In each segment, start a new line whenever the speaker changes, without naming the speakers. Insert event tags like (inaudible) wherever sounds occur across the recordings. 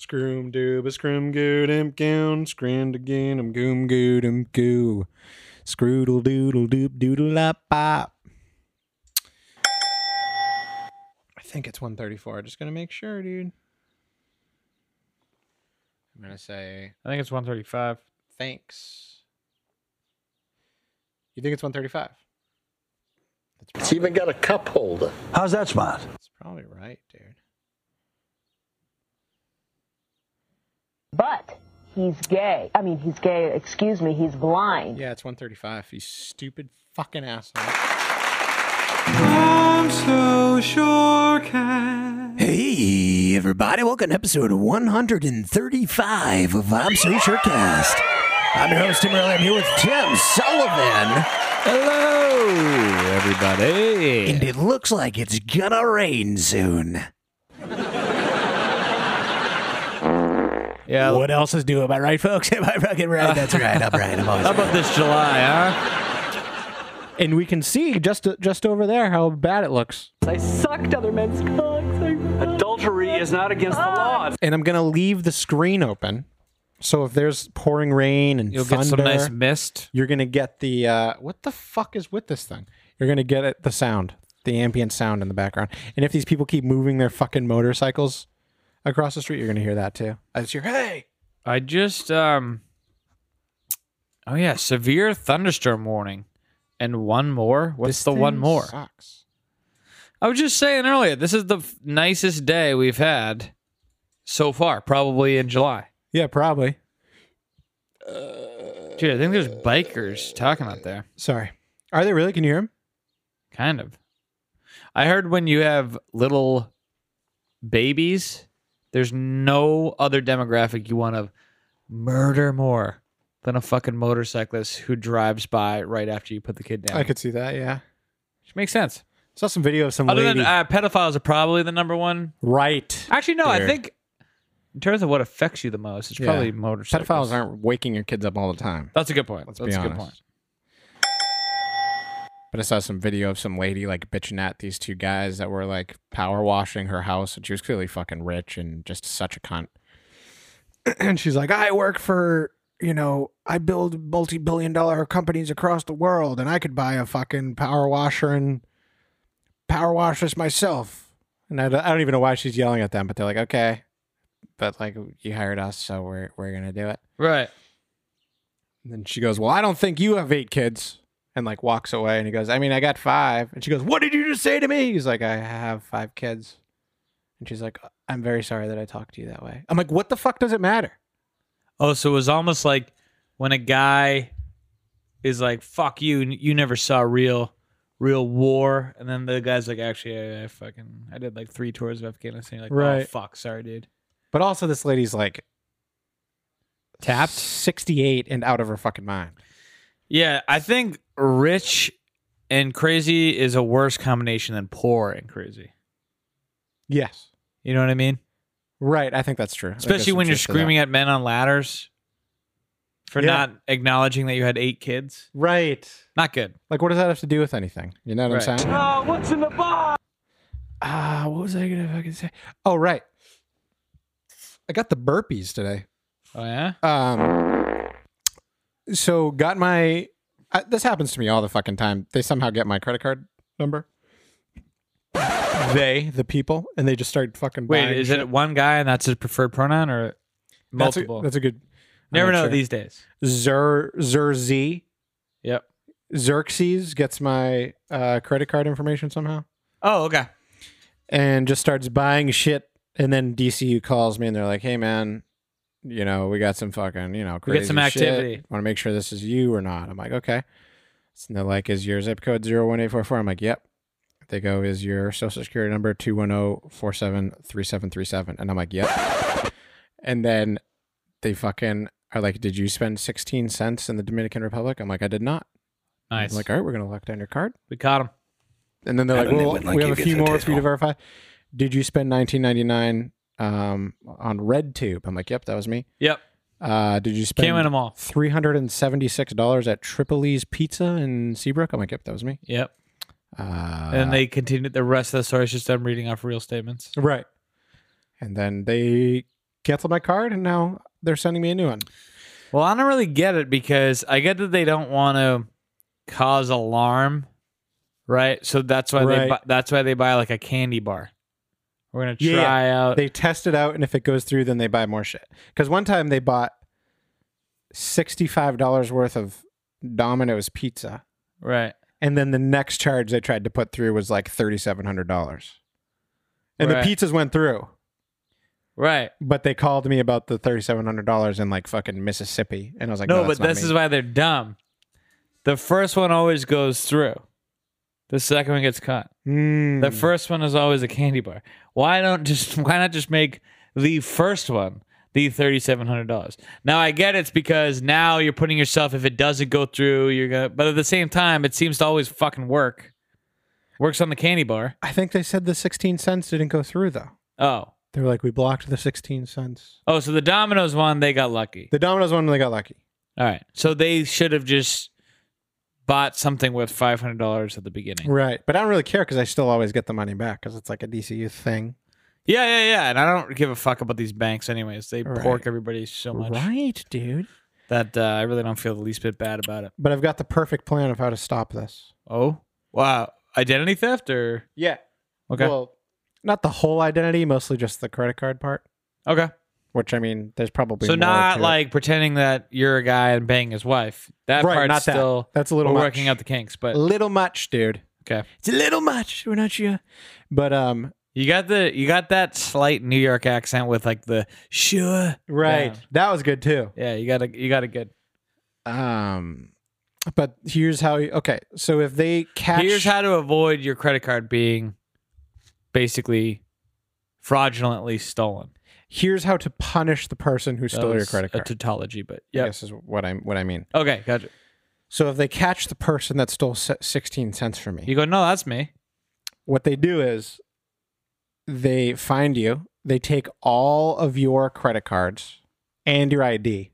Scroom doob a scrum good imp gown, scrind again, um goom good um goo. Scroodle doodle doop doodle up pop. I think it's 134. Just gonna make sure, dude. I'm gonna say
I think it's 135.
thanks. You think it's 135? That's
It's even got a cup holder.
How's that smart?
That's probably right, dude.
But he's gay. I mean, he's gay. Excuse me, he's blind.
Yeah, it's 135. You stupid fucking asshole.
Hey, everybody, welcome to episode 135 of I'm So Surecast. I'm your host, Tim Riley. I'm here with Tim Sullivan.
Hello, everybody.
And it looks like it's gonna rain soon.
Yeah.
What else is new? Am I right, folks? (laughs) Am I fucking right? That's right. I'm right.
(laughs)
I'm always
How
right.
about this July, huh?
And we can see just just over there how bad it looks.
I sucked other men's cocks. Ah.
Adultery is not against the law.
And I'm gonna leave the screen open, so if there's pouring rain and
You'll
thunder,
get some nice mist.
you're gonna get the uh, what the fuck is with this thing? You're gonna get it, the sound, the ambient sound in the background. And if these people keep moving their fucking motorcycles across the street, you're gonna hear that too. It's your hey.
I just um Oh yeah, severe thunderstorm warning. And one more? What's
This
the Oh, one
thing
more?
Sucks.
I was just saying earlier, this is the f- nicest day we've had so far, probably in July.
Yeah, probably.
Dude, I think there's bikers talking out there.
Sorry. Are they really? Can you hear them?
Kind of. I heard when you have little babies, there's no other demographic you want to murder more than a fucking motorcyclist who drives by right after you put the kid down.
I could see that. Yeah.
Which makes sense.
Saw some video of some
Other
lady.
than uh, pedophiles are probably the number one.
right.
Actually, no, I
They're-
think in terms of what affects you the most, it's
Yeah.
probably motorcycles.
Pedophiles aren't waking your kids up all the time.
That's a good point.
Let's
That's
be
a good
honest.
point.
But I saw some video of some lady like bitching at these two guys that were like power washing her house, and she was clearly fucking rich and just such a cunt. (clears throat) and she's like, I work for, you know, I build multi billion dollar companies across the world, and I could buy a fucking power washer and power wash this myself. And I don't, I don't even know why she's yelling at them, but they're like, okay, but like you hired us, so we're we're gonna do it.
Right.
And then she goes, Well, I don't think you have eight kids. And like walks away. And he goes, I mean, I got five. And she goes, What did you just say to me? He's like, I have five kids. And she's like, I'm very sorry that I talked to you that way. I'm like, What the fuck does it matter?
Oh, so it was almost like when a guy is like, "Fuck you, n- you never saw real, real war," and then the guy's like, "Actually, I, I fucking, I did like three tours of Afghanistan." You're like, oh
Right.
fuck, sorry, dude.
But also, this lady's like
Tapped?
68 and out of her fucking mind.
Yeah, I think rich and crazy is a worse combination than poor and crazy.
Yes.
You know what I mean?
Right. I think that's true. I think there's
Especially
some
when you're
truth to that.
screaming at men on ladders for
Yeah.
not acknowledging that you had eight kids.
Right.
Not good.
Like, what does that have to do with anything? You know what I'm
Right.
saying?
Oh, what's in the box?
Ah, what was I gonna fucking say? Oh, right. I got the burpees today.
Oh yeah.
Um, so got my. I, this happens to me all the fucking time. They somehow get my credit card number. They, the people, and they just start fucking.
Wait,
buying
is
shit.
it one guy and that's his preferred pronoun or
That's a-
multiple?
That's a, good. I'm
Never
not
know
sure.
these days.
Zer Zer Z
Yep.
Xerxes gets my uh, credit card information somehow
Oh, okay.
and just starts buying shit, and then DCU calls me and they're like, "Hey, man." You know, we got some fucking, you know,
We
crazy
get some activity.
Want to make sure this is you or not? I'm like, okay. And they're like, is your zip code 01844? I'm like, yep. They go, is your social security number 210-473737? And I'm like, yep. And then they fucking are like, did you spend 16 cents in the Dominican Republic? I'm like, I did not.
Nice.
I'm like, all right, we're going to lock down your card.
we caught him.
And then they're like,
And then they
well,
wouldn't let
we
you
have a
get
few
to the
more for you to
table.
verify. Did you spend 19.99 um, on RedTube? I'm like, yep, that was me.
Yep.
Uh, did you spend
Can't win them all.
three hundred and seventy six dollars at Tripoli's Pizza in Seabrook. I'm like, yep, that was me.
Yep.
Uh,
and they continued the rest of the story. It's just them reading off real statements.
right, and then they canceled my card, and now they're sending me a new one.
Well, I don't really get it because I get that they don't want to cause alarm, right? So that's why they
Right.
buy, that's why they buy like a candy bar. We're gonna
Yeah, yeah.
try out.
They test it out, and if it goes through, then they buy more shit. Because one time they bought sixty-five dollars worth of Domino's pizza,
right.
and then the next charge they tried to put through was like thirty-seven hundred dollars, and
Right.
the pizzas went through.
Right.
But they called me about the thirty-seven hundred dollars in like fucking Mississippi, and I was like,
no,
"No,
but this is why they're dumb. The first one always goes through. The second one gets caught.
Hmm.
The first one is always a candy bar. Why don't just (laughs) why not just make the first one the thirty seven hundred dollars? Now I get it's because now you're putting yourself if it doesn't go through, you're gonna but at the same time it seems to always fucking work. Works on the candy bar.
I think they said the sixteen cents didn't go through though.
Oh.
They were like, "We blocked the sixteen cents."
Oh, so the Domino's one, they got lucky.
The Domino's one, they got lucky.
All right. So they should have just bought something with five hundred dollars at the beginning.
Right. But I don't really care because I still always get the money back because it's like a DCU thing.
Yeah, yeah, yeah. And I don't give a fuck about these banks, anyways. They
Right.
pork everybody so much
Right, dude.
that uh, I really don't feel the least bit bad about it.
But I've got the perfect plan of how to stop this.
Oh, wow. Identity theft or
Yeah.
okay,
Well, not the whole identity, mostly just the credit card part,
okay.
which I mean, there's probably
So
more
not
to it.
like pretending that you're a guy and banging his wife. That
Right,
part's
not that.
still
That's a little
we're
much.
working out the kinks, but
little much, dude.
okay.
It's a little much. We're not sure. But um
You got the you got that slight New York accent with like the sure.
right.
Yeah.
That was good too.
Yeah, you got a you got a good.
Um but here's how okay, so if they catch
Here's how to avoid your credit card being basically fraudulently stolen.
here's how to punish the person who
That
stole your
was
credit
A
card.
tautology, but
I
yeah.
guess is what I'm what I mean.
Okay, gotcha.
So if they catch the person that stole se- 16 cents from me,
You go, no, that's me.
what they do is they find you, they take all of your credit cards and your ID.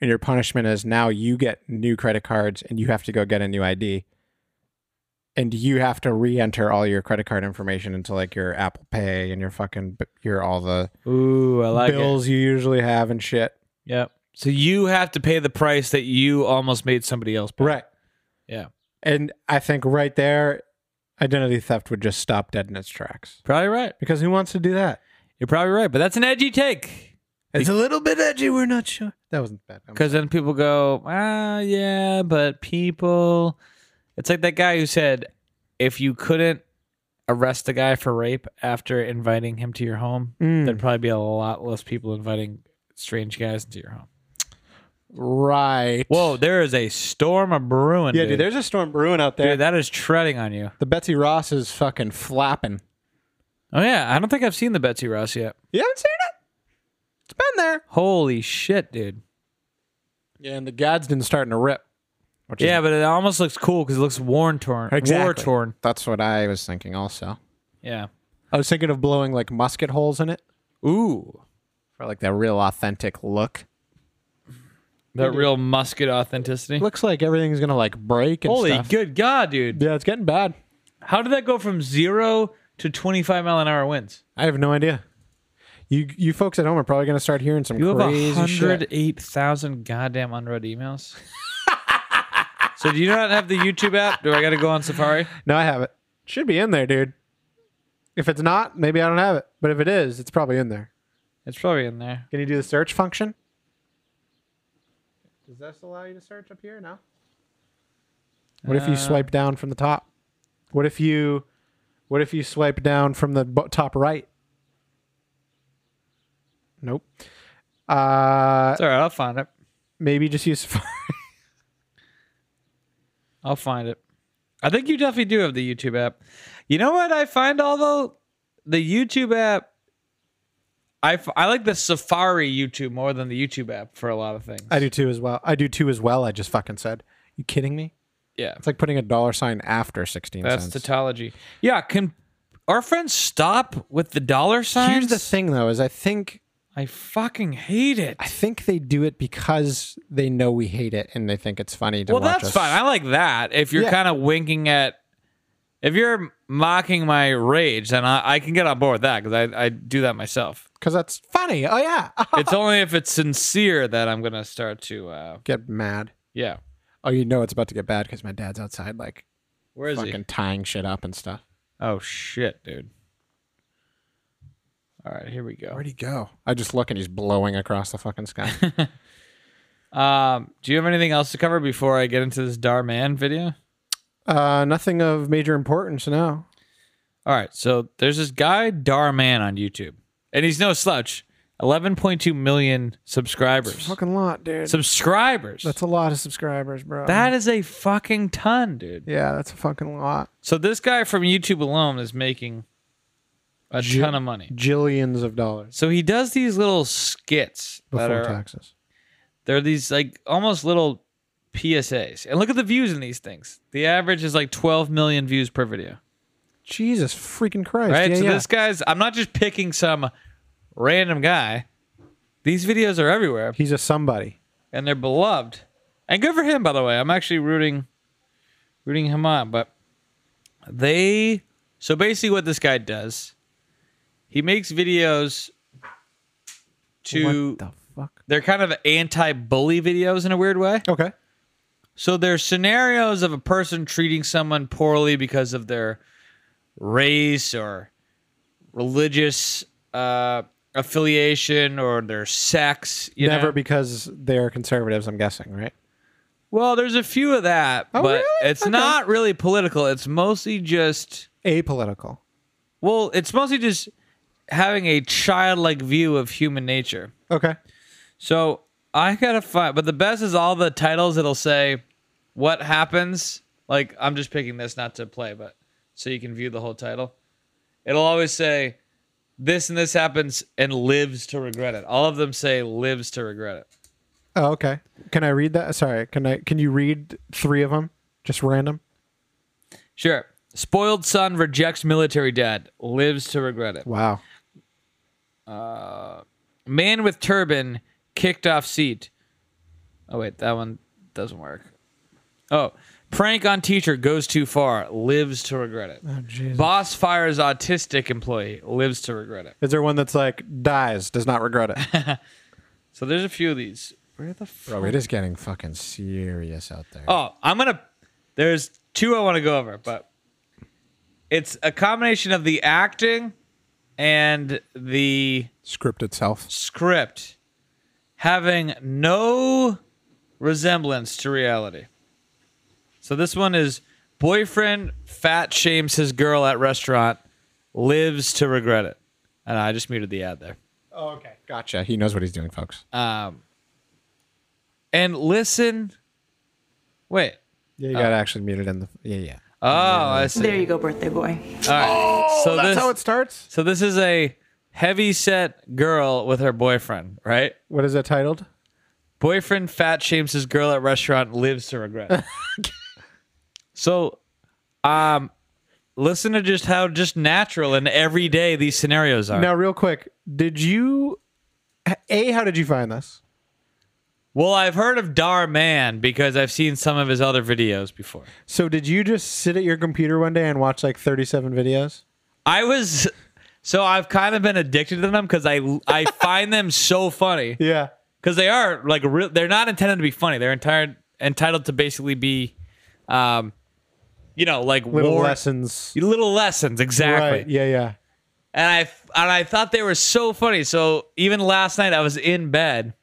And your punishment is now you get new credit cards and you have to go get a new ID. And you have to re-enter all your credit card information into like your Apple Pay and your fucking your all the
Ooh, I like
bills you usually have and shit.
it. Yep. So you have to pay the price that you almost made somebody else pay.
Right.
Yeah.
And I think right there, identity theft would just stop dead in its tracks.
Probably right.
Because who wants to do that?
You're probably right, but that's an edgy take
It's a little bit edgy. We're not sure. That wasn't bad. I'm-
because then people go, ah, yeah, but people. It's like that guy who said, if you couldn't arrest a guy for rape after inviting him to your home,
Mm.
there'd probably be a lot less people inviting strange guys into your home.
Right.
Whoa, there is a storm of brewing.
yeah, dude. There's a storm brewing out there.
Dude, that is treading on you.
the Betsy Ross is fucking flapping.
Oh yeah, I don't think I've seen the Betsy Ross yet.
You haven't seen it? It's been there.
Holy shit, dude.
Yeah, and the Gadsden's starting to rip. Which
Yeah, but it almost looks cool because it looks worn torn, war
Exactly.
torn.
that's what I was thinking. Also,
Yeah.
I was thinking of blowing like musket holes in it
Ooh,
for like that real authentic look.
that real musket authenticity.
Looks like everything's gonna like break and
Holy
stuff.
good god, dude!
Yeah, it's getting bad.
How did that go from zero to twenty five mile an hour winds?
I have no idea. You you folks at home are probably gonna start hearing some
You have
crazy
a hundred
shit.
eight thousand goddamn unread emails. so do you not have the YouTube app? Do I got to go on Safari?
No, I have it. Should be in there, dude. If it's not, maybe I don't have it. But if it is, it's probably in there.
It's probably in there.
Can you do the search function? Does this allow you to search up here? No. What
Uh,
if you swipe down from the top? What if you, what if you swipe down from the bo- top right? Nope. Uh,
It's all right. I'll find it.
maybe just use (laughs) Safari.
I'll find it. I think you definitely do have the YouTube app. You know what I find although the YouTube app I, f- I like the Safari YouTube more than the YouTube app for a lot of things.
I do too as well. I do too as well. I just fucking said. You kidding me?
yeah.
It's like putting a dollar sign after sixteen
That's
cents.
tautology. Yeah, can our friends stop with the dollar signs?
Here's the thing though: is I think
I fucking hate it.
I think they do it because they know we hate it and they think it's funny to
Well,
watch
that's
us.
fine. I like that. If you're
Yeah.
kind of winking at, if you're mocking my rage, then I, I can get on board with that because I, I do that myself.
because that's funny. Oh yeah, (laughs)
it's only if it's sincere that I'm gonna start to. uh
get mad.
Yeah.
Oh, you know it's about to get bad because my dad's outside, like
Where is
fucking
he?
tying shit up and stuff.
Oh shit, dude. All right, here we go.
Where'd he go? I just look and he's blowing across the fucking
(laughs)
sky.
Um, do you have anything else to cover before I get into this Darman video?
uh, nothing of major importance. No.
All right, so there's this guy Darman on YouTube, and he's no slouch. 11.2 million subscribers.
Fucking lot, dude.
subscribers.
that's a lot of subscribers, bro.
that is a fucking ton, dude.
yeah, that's a fucking lot.
So this guy from YouTube alone is making a ton of money.
Jillions of dollars
So he does these little skits
before
that are
taxes.
they're these like almost little PSAs. And look at the views in these things. The average is like 12 million views per video.
Jesus freaking Christ!
Right?
Yeah,
so
yeah.
this guy's I'm not just picking some random guy. These videos are everywhere
he's a somebody.
and they're beloved. And good for him by the way. I'm actually rooting rooting him on, but they so basically what this guy does, he makes videos to
what the fuck?
they're kind of anti-bully videos in a weird way.
Okay.
So there's scenarios of a person treating someone poorly because of their race or religious uh, affiliation or their sex. You
Never
know?
because they're conservatives. I'm guessing, right?
well, there's a few of that,
Oh,
but
really?
it's
Okay.
not really political. It's mostly just
Apolitical.
well, it's mostly just having a childlike view of human nature.
Okay.
So I gotta find, but the best is all the titles. It'll say what happens. Like I'm just picking this not to play, but so you can view the whole title. It'll always say this and this happens and lives to regret it. All of them say lives to regret it.
Oh, okay. Can I read that? Sorry. Can I? Can you read three of them? Just random.
Sure. Spoiled son rejects military dad. Lives to regret it. Uh,
Wow.
Man with turban kicked off seat. Oh wait, that one doesn't work. Oh, prank on teacher goes too far. Lives to regret it.
Oh, Jesus.
Boss fires autistic employee, lives to regret it.
Is there one that's like dies, does not regret it?
So there's a few of these. Where the
(laughs)
fuck?
Bro, it is getting fucking serious out there.
Oh, I'm gonna. There's two I want to go over, but it's a combination of the acting and the
Script itself.
script having no resemblance to reality. So this one is boyfriend fat shames his girl at restaurant, lives to regret it. And I just muted the ad there.
Oh,
Um,
okay. Gotcha. He knows what he's doing, folks.
and listen. Wait.
yeah, you gotta actually mute it in the. Yeah, yeah. Oh,
Oh, I see.
There you go, birthday boy.
All right. so
That's
this,
how it starts.
so this is a heavy set girl with her boyfriend, right?
What is it titled?
Boyfriend fat shames his girl at restaurant, lives to regret.
(laughs)
it. so, um, listen to just how just natural and everyday these scenarios are.
Now, real quick, did you. A, how did you find this?
Well, I've heard of Dar Man because I've seen some of his other videos before.
So, did you just sit at your computer one day and watch like 37 videos?
I was so I've kind of been addicted to them because I
(laughs)
I find them so funny
Yeah.
because they are like real. They're not intended to be funny. They're entire, entitled to basically be, um, you know, like
Little
war-
lessons.
little lessons exactly.
Right. Yeah, yeah.
And I and I thought they were so funny. So even last night I was in bed.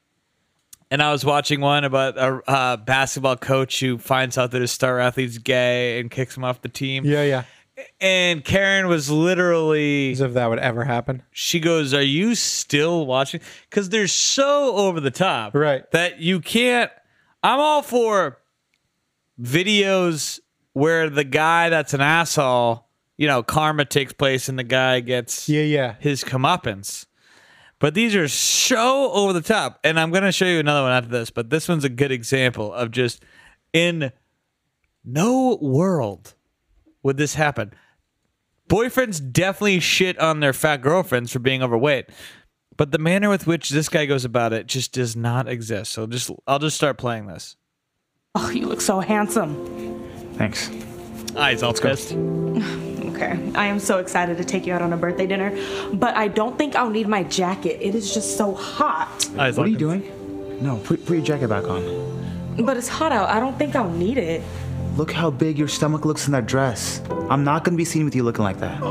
And I was watching one about a uh, basketball coach who finds out that his star athlete's gay and kicks him off the (laughs) team.
Yeah, yeah.
And Karen was literally
As if that would ever happen.
she goes, "Are you still watching?" Because they're so over the top,
Right.
That you can't. I'm all for videos where the guy that's an asshole, you know, karma takes place and the guy gets
Yeah, yeah.
his comeuppance. But these are so over the top, and I'm going to show you another one after this. But this one's a good example of just in no world would this happen. Boyfriends definitely shit on their fat girlfriends for being overweight, but the manner with which this guy goes about it just does not exist. So just I'll just start playing this.
Oh, you look so handsome.
Thanks.
Eyes all pissed.
Okay. I am so excited to take you out on a birthday dinner, but I don't think I'll need my jacket. It is just so hot.
What are you doing? No, put, put your jacket back on.
But it's hot out. I don't think I'll need it.
Look how big your stomach looks in that dress. I'm not gonna be seen with you looking like that.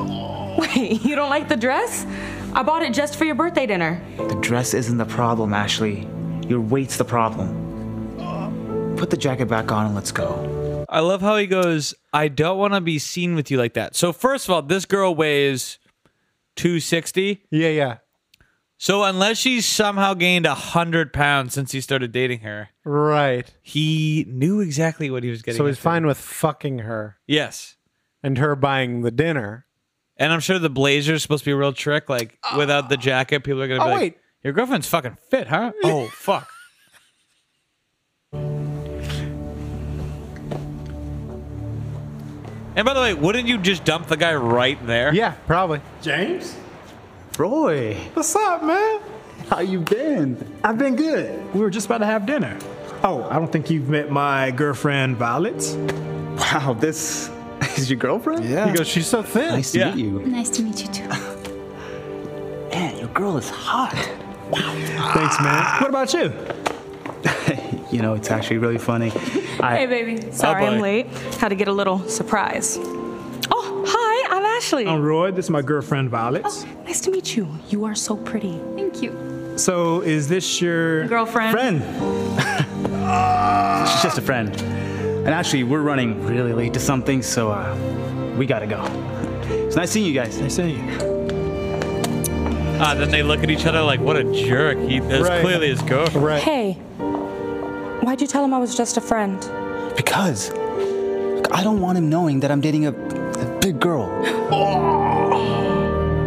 (laughs) Wait, you don't like the dress? I bought it just for your birthday dinner.
The dress isn't the problem, Ashley. Your weight's the problem. Put the jacket back on and let's go.
I love how he goes, I don't want to be seen with you like that. So, first of all, this girl weighs 260.
Yeah, yeah.
So, unless she's somehow gained 100 pounds since he started dating her,
Right.
he knew exactly what he was getting.
So he's
into.
fine with fucking her
Yes.
and her buying the dinner.
And I'm sure the blazer is supposed to be a real trick. Like, without the jacket, people are going to be
Oh,
like,
wait.
Your girlfriend's fucking
(laughs)
fit, huh? Oh, fuck. And by the way, wouldn't you just dump the guy right there?
Yeah, probably.
James?
Roy,
What's up, man?
how you been?
I've been good. We were just about to have dinner. Oh, I don't think you've met my girlfriend, Violet.
Wow, this is your girlfriend?
Yeah.
He goes, she's so thin.
Nice to
Yeah.
meet you.
Nice to meet you
(laughs)
too.
Man, your girl is hot.
Thanks, man. What about (laughs) you?
You know, it's actually really funny. I,
Hey, baby. Sorry
Oh,
boy.
I'm late. Had to get a little surprise. Oh, hi. I'm Ashley. Oh.
I'm Roy. This is my girlfriend, Violet.
nice to meet you. You are so pretty.
Thank you.
So, is this your
Girlfriend?
Friend.
She's just a friend. And actually, we're running really late to something, so uh, we gotta go. It's nice seeing you guys.
Nice seeing you.
Ah, then they look at each other like, what a jerk. He, that's
Right.
clearly his girlfriend.
Right.
Hey, why'd you tell him I was just a friend?
Because I don't want him knowing that I'm dating a, a big girl.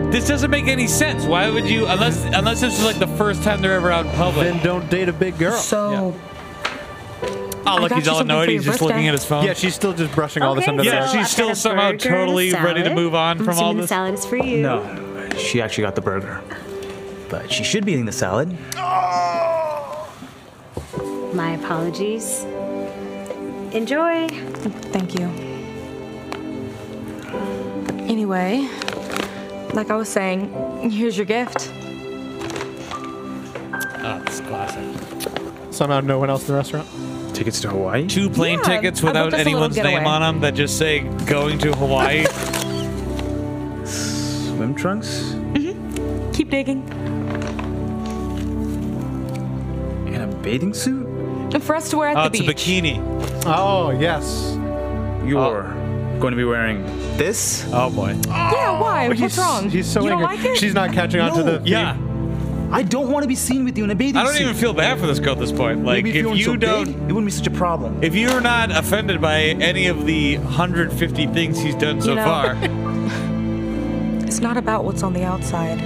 This doesn't make any sense. Why would you, unless unless this is like the first time they're ever out in public?
Then don't date a big girl.
So,
oh, look,
got
he's
you
all
something
annoyed.
for
He's
your
just looking
birthday.
at his phone.
yeah, she's still just brushing all this
Okay,
under the
Yeah,
rug.
so
she's
I've
still
got a
somehow
burger and a
totally ready to
salad.
move on
I'm
from all
assuming the
this.
salad is for you.
No, she actually got the burger. But she should be eating the salad.
My apologies. Enjoy.
thank you. Anyway, like I was saying, here's your gift.
Oh, this is classic.
Somehow no one else in the restaurant.
Tickets to Hawaii?
Two plane
Yeah,
tickets
I booked
without
us a little
anyone's name
getaway.
on them that just say going
(laughs)
to Hawaii.
Swim trunks?
Mm-hmm.
Keep digging.
And a bathing suit?
And for us to wear at
oh,
the
it's a
beach.
bikini.
Oh, yes.
You're
Ah.
going to be wearing this?
Oh, boy.
Yeah, why? What's
Oh, he's,
wrong?
He's so
you
angry.
Don't like it?
She's not catching on to
No.
the
Yeah.
I don't want to be seen with you in a bathing
I don't
suit.
even feel bad for this girl at this point. Like,
Maybe if,
if
you, weren't
you
so
don't.
big, it wouldn't be such a problem.
If you're not offended by any of the 150 things he's done so
You
(laughs)
know. (laughs)
far,
It's not about what's on the outside.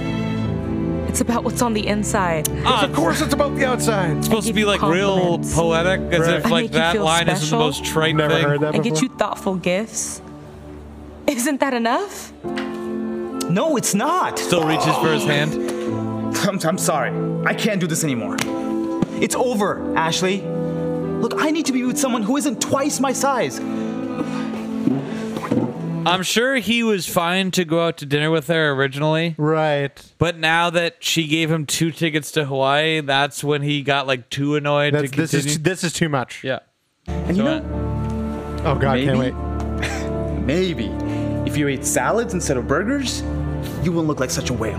It's about what's on the inside.
Ah,
Of course, it's about the outside.
it's supposed to
give
be
you
like real
compliments.
poetic, as
Right.
if
I
like
make you
that
feel
line is the
special.
most trite
Never
thing.
heard that
and
before.
get you thoughtful gifts. Isn't that enough?
No, it's not.
Still reaches for his hand.
(sighs) I'm, I'm sorry. I can't do this anymore. It's over, Ashley. Look, I need to be with someone who isn't twice my size.
I'm sure he was fine to go out to dinner with her originally,
Right.
but now that she gave him two tickets to Hawaii, that's when he got like too annoyed
That's,
to
this
continue.
is this is too much.
yeah.
And you
So,
know,
Oh God, can't
Maybe. (laughs)
wait.
maybe if you ate salads instead of burgers, you wouldn't look like such a whale.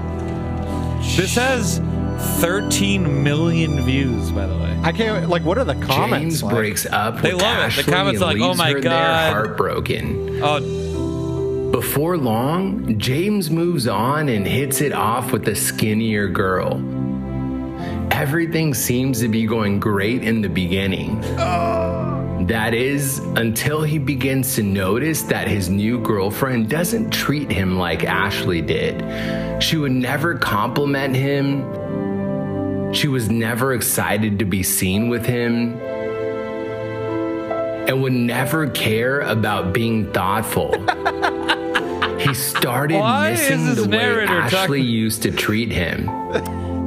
this has 13 million views, by the way.
I can't. wait. Like, what are the comments?
James
like?
breaks up.
They
with
love it. The
Ashley
comments
and
are like, "Oh
leaves
my
her there
God."
heartbroken.
Oh,
Before long, James moves on and hits it off with a skinnier girl. Everything seems to be going great in the beginning. That is, until he begins to notice that his new girlfriend doesn't treat him like Ashley did. She would never compliment him. She was never excited to be seen with him and would never care about being
(laughs)
thoughtful. he started
Why is
missing
this
the way
narrator
Ashley
talking-
used to treat him.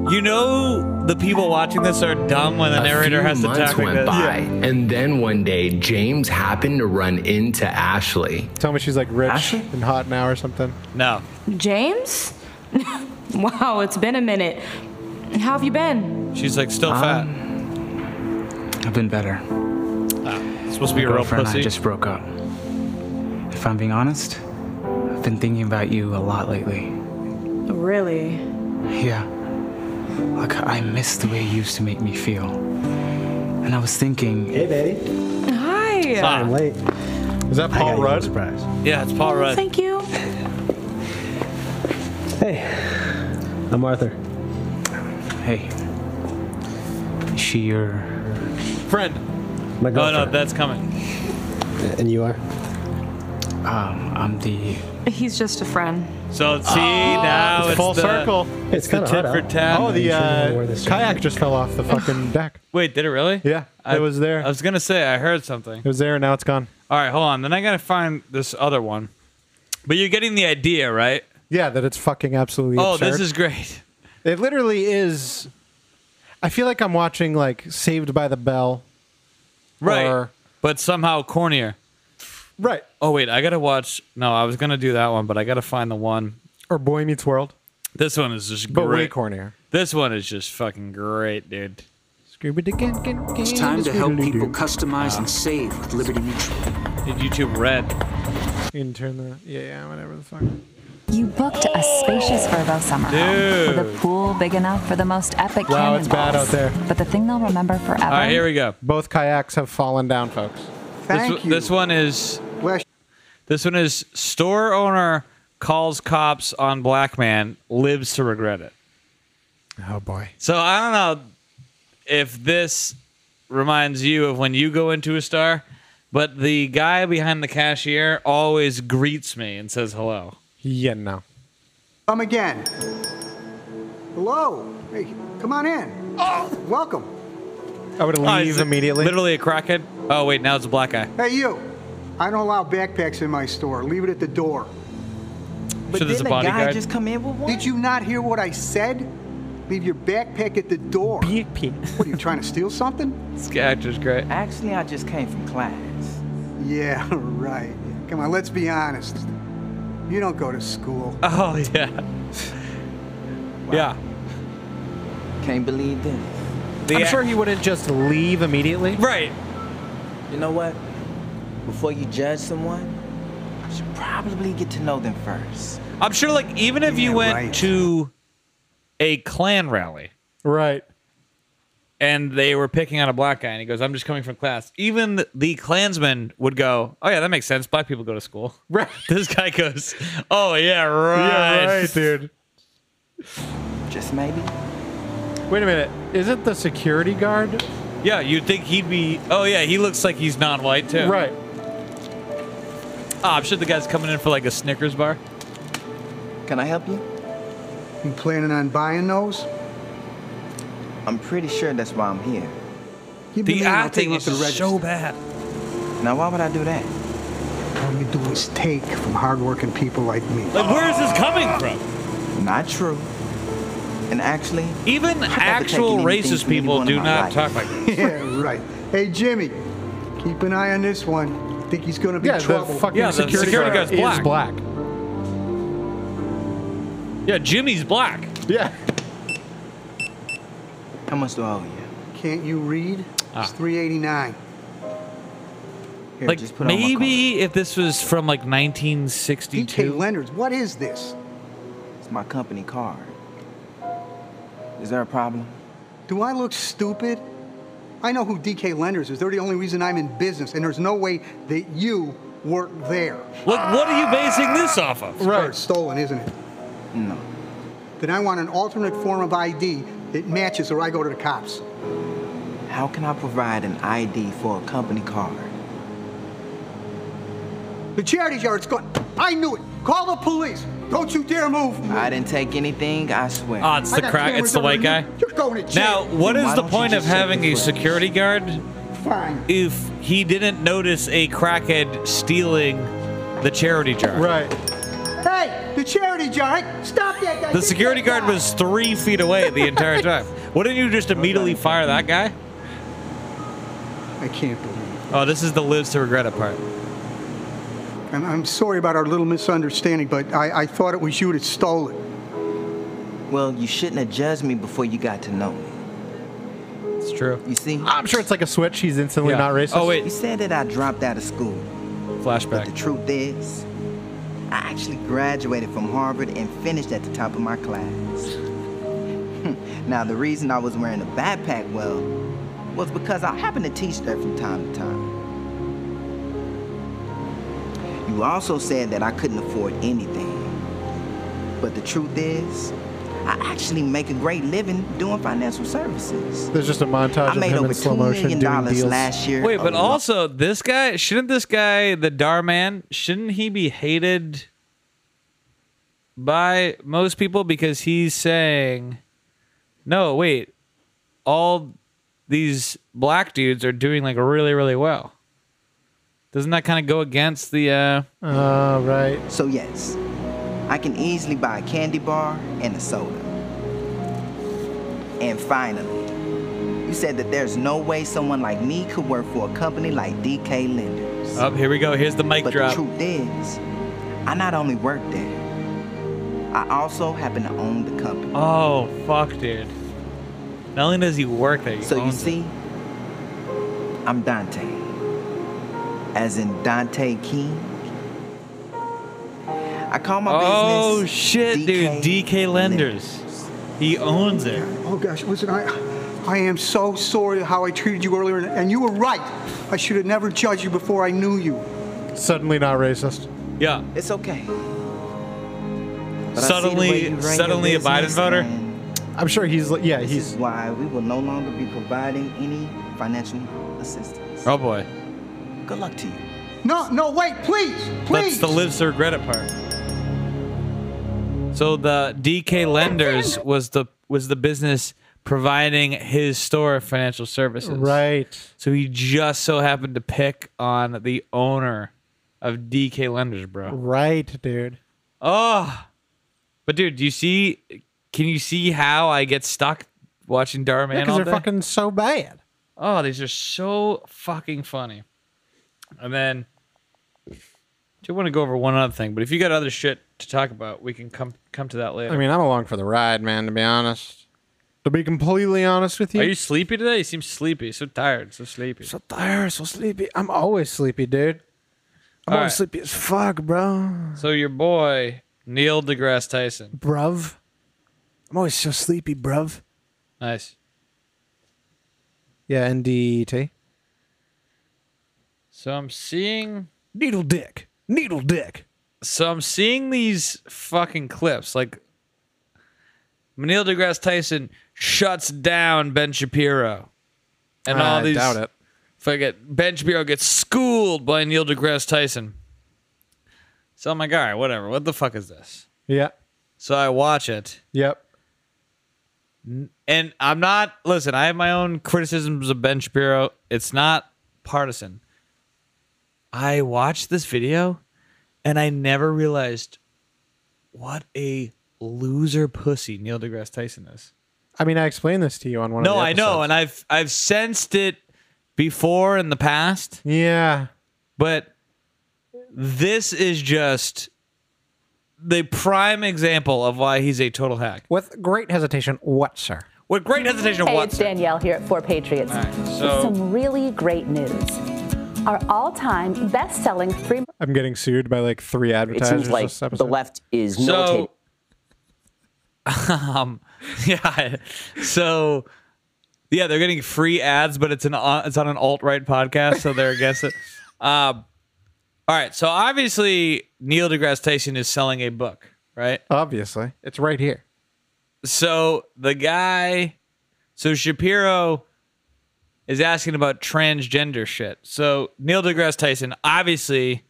You know the people watching this are dumb when the narrator
few
has to
months
talk like
went
this.
by, and then one day James happened to run into Ashley.
Tell me she's like rich and hot now or something.
No.
James? (laughs) wow, it's been a minute. How have you been?
She's like still
fat. Um, I've been better.
fat. Ah, Supposed to be a real
girlfriend and
pussy.
I just broke up. If I'm being honest, I've been thinking about you a lot lately.
Really?
Yeah. Look, I miss the way you used to make me feel. And I was thinking. Hey, baby.
Hi.
I'm late.
Is that
Paul Rudd?
Surprise.
Yeah, it's Paul Rudd.
Thank you.
(laughs)
I'm Arthur.
Hey. Is she your
friend?
My
Oh no,
girlfriend.
that's coming.
And you are?
Um, I'm the.
He's just a friend.
So
Oh,
see now it's,
full
the-
circle.
It's, the tit for tat.
Oh, the uh, kayak just fell (laughs) off the fucking deck.
Wait, did it really? Yeah,
it was there.
I was gonna say I heard something.
It was there and now it's gone.
All right, hold on. Then I gotta find this other one. But you're getting the idea, right?
Yeah, that it's fucking absolutely.
oh, this
absurd.
is great.
It literally is. I feel like I'm watching like Saved by the Bell.
Right.
Or-
but somehow cornier.
Right.
Oh wait, I gotta watch. No, I was gonna do that one, but I gotta find the one.
Or Boy Meets World.
This one is just
But way
great.
cornier.
This one is just fucking great, dude.
It's time to help people customize and save with Liberty Mutual.
Did YouTube Red?
You can turn the yeah yeah whatever the fuck.
You booked a spacious Verbo summer home with a pool big enough for the most epic
Wow, it's bad
cannonballs.
out there.
But the thing they'll remember forever.
All right, here we go.
Both kayaks have fallen down, folks.
this, w- This one is. This one is store owner calls cops on black man, lives to regret it.
Oh boy.
So I don't know if this reminds you of when you go into a star, but the guy behind the cashier always greets me and says hello.
Yeah, no.
Come again. Hello. Hey, come on in. Oh, welcome.
I would
Oh, is
leave
it
immediately.
Literally a crackhead. Oh wait, now it's a black guy.
Hey, you. I don't allow backpacks in my store. Leave it at the door.
But Sure, there's didn't a a guy bodyguard? just
come in with one? Did you not hear what I said? Leave your backpack at the door. Backpack. (laughs) What are you trying to steal something?
This actor's great.
Actually, I just came from class.
Yeah, (laughs) right. Come on, let's be honest. You don't go to school.
Oh yeah. Yeah.
Can't believe this.
I'm sure he wouldn't just leave immediately.
Right.
You know what? Before you judge someone, you should probably get to know them first.
I'm sure like even if you went to a Klan rally
Right.
and they were picking on a black guy and he goes, I'm just coming from class, even the Klansmen would go, Oh yeah, that makes sense. Black people go to school.
(laughs) Right.
(laughs) This guy goes, Oh yeah, right.
Yeah, right, dude.
Just maybe.
Wait a minute. Isn't the security guard?
Yeah, you'd think he'd be oh yeah, he looks like he's non white too.
Right.
Oh, I'm sure the guy's coming in for like a Snickers bar.
Can I help you?
You planning on buying those?
I'm pretty sure that's why I'm here.
Give me The the name, I'll take acting it off the is register. so
bad.
Now, why would I do that?
All you do is take from hardworking people like me.
Like, where is this coming from?
Not true. And actually,
(laughs)
even Actual racist people do not talk like
(laughs)
this.
yeah, right. Hey, Jimmy, keep an eye on this one. Think he's going to be
Yeah, the
trouble.
fucking Yeah, the security security guard guard is black.
Yeah, Jimmy's black.
Yeah.
How much do I owe you?
Can't you read? It's 389.
Here,
Ah. like
just put on my card.
maybe if this was from like 1962.
DK
Leonard's, what is this?
It's my company card. Is there a problem?
Do I look stupid? I know who DK Lenders is. They're the only reason I'm in business, and there's no way that you weren't there.
Look, what are you basing this off of?
Right. stolen, isn't it?
No.
Then I want an alternate form of ID that matches, or I go to the cops.
How can I provide an ID for a company card?
The charity yard's gone. I knew it. Call the police. Don't you dare move.
I didn't take anything, I swear.
Oh, it's the crack. It's the white guy.
You're going to
Now,
jail.
what is the point of having a security guard
Fine.
if he didn't notice a crackhead stealing the charity jar?
Right.
Hey, Hey, the charity jar. Hey, Stop that guy.
The security guard was three feet away the entire time. Wouldn't you just immediately fire that guy?
I can't believe
Oh, this is the lives to regret it part.
I'm, I'm sorry about our little misunderstanding, but I, I thought it was you that stole it.
Well, you shouldn't have judged me before you got to know me.
It's true. Oh,
You see?
I'm sure it's like a switch. He's instantly not racist.
You said that I dropped out of school.
Flashback.
But the truth is, I actually graduated from Harvard and finished at the top of my class. (laughs) now, the reason I was wearing a backpack well was because I happened to teach there from time to time. You also said that I couldn't afford anything. But the truth is, I actually make a great living doing financial services.
There's just a montage
I
of
made
him
over
in slow
$2 million
motion doing deals.
last year.
Wait, but
alone.
also this guy shouldn't this guy the Dar man shouldn't he be hated by most people because he's saying, no, wait, all these black dudes are doing like really really well. Doesn't that kind of go against the? uh
Uh, right.
So yes, I can easily buy a candy bar and a soda. And finally, you said that there's no way someone like me could work for a company like DK Lenders.
Up here we go. Here's the mic
but
drop.
the truth is, I not only work there, I also happen to own the company.
Oh fuck, dude! Not only does he work there, he
So you
owns
see,
it.
I'm Dante. As in Dante King. I call my
Oh
business.
shit, dude! DK Lenders. He owns it.
Oh gosh, listen, I, I am so sorry how I treated you earlier, and, and you were right. I should have never judged you before I knew you.
Suddenly not racist.
Yeah.
It's okay. But I see the way you
Suddenly,
run your
suddenly a Biden
business,
voter.
I'm sure he's like, yeah,
This
he's
is why we will no longer be providing any financial assistance.
Oh boy.
Good luck to you.
No, no, wait, please,
That's
please.
the lives to regret it part. So the DK Lenders was the was the business providing his store financial services.
Right.
So he just so happened to pick on the owner of DK Lenders, bro.
right, dude.
Oh. But dude, do you see can you see how I get stuck watching Darman
Because
all
they're
day?
fucking so bad.
Oh, these are so fucking funny. And then do want to go over one other thing, but if you got other shit to talk about, we can come come to that later.
I mean, I'm along for the ride, man. To be honest, to be completely honest with you,
are you sleepy today? You seem sleepy. So tired. So sleepy. So
tired. So sleepy. I'm always sleepy, dude. I'm
All
always
right.
sleepy as fuck, bro.
So your boy Neil deGrasse Tyson.
Bruv, I'm always so sleepy, bruv.
Nice.
Yeah, E NDT.
So I'm seeing
Needle dick. Needle dick.
So I'm seeing these fucking clips. Like Neil deGrasse Tyson shuts down Ben Shapiro, and all
I
these.
doubt it.
Forget Ben Shapiro gets schooled by Neil deGrasse Tyson. So I'm like, all right, whatever. What the fuck is this?
Yeah.
So I watch it,
Yep.
and I'm not. Listen, I have my own criticisms of Ben Shapiro. It's not partisan. I watched this video, and I never realized what a loser pussy Neil deGrasse Tyson is.
I mean, I explained this to you on one of
No,
the
I know,
episodes.
and I've I've sensed it before in the past,
Yeah.
but this is just the prime example of why he's a total hack.
With great hesitation, what, sir?
With great hesitation,
Hey,
what?
it's Danielle here at Four Patriots.
so-
With some really great news. Our all-time best-selling free
I'm getting sued by like three advertisers.
like
this
the
episode.
left
is
So, um, (laughs) yeah, so yeah, they're getting free ads, but it's an on- it's on an alt right podcast, so they're against
(laughs)
it. Um, all right, so obviously Neil deGrasse Tyson is selling a book, right?
Obviously, it's right here.
So the guy, so Shapiro is asking about transgender shit. So Neil deGrasse Tyson obviously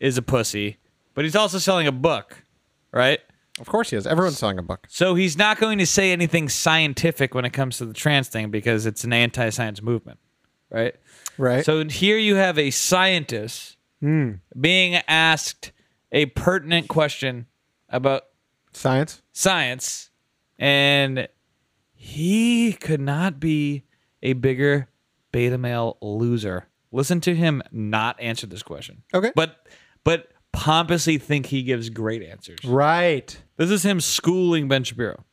is a pussy, but he's also selling a book, right?
Of course he is. Everyone's selling a book.
So he's not going to say anything scientific when it comes to the trans thing because it's an anti science movement, right?
Right.
So here you have a scientist
Hmm.
being asked a pertinent question about
science.
Science. And he could not be a bigger beta male loser. Listen to him not answer this question.
Okay.
But but pompously think he gives great answers.
Right.
This is him schooling Ben Shapiro.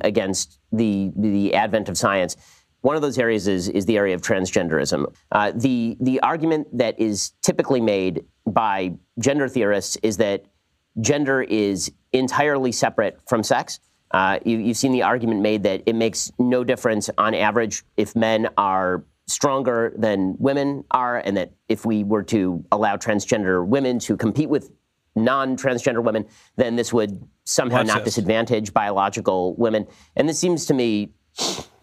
against the the advent of science. One of those areas is is the area of transgenderism. Uh, the the argument that is typically made by gender theorists is that gender is entirely separate from sex. Uh, you, you've seen the argument made that it makes no difference on average if men are stronger than women are, and that if we were to allow transgender women to compete with non-transgender women, then this would somehow
Watch
not
this.
disadvantage biological women. And this seems to me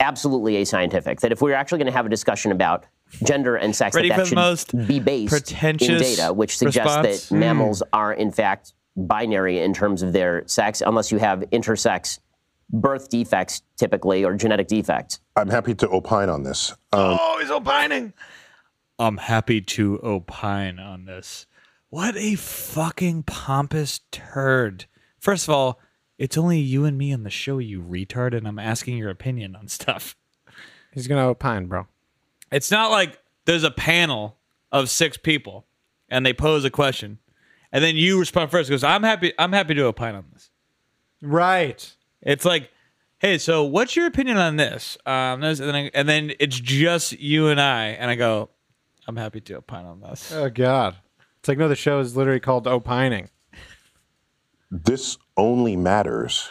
absolutely ascientific. That if we're actually going to have a discussion about gender and sex,
Ready
that,
for
that
the
should
most
be based in
pretentious
data, which suggests
response?
that
Mm.
mammals are in fact binary in terms of their sex, unless you have intersex birth defects typically or genetic defects.
I'm happy to opine on this. Um,
Oh, he's opining. I'm happy to opine on this. What a fucking pompous turd. First of all, it's only you and me on the show, you retard, and I'm asking your opinion on (laughs) stuff.
He's gonna opine, bro.
It's not like there's a panel of six people and they pose a question and then you respond first because I'm happy I'm happy to opine on this.
Right.
It's like, hey, so what's your opinion on this? Um this and then, I- and then it's just you and I and I go, I'm happy to opine on this.
Oh God. It's like no, the show is literally called opining.
this only matters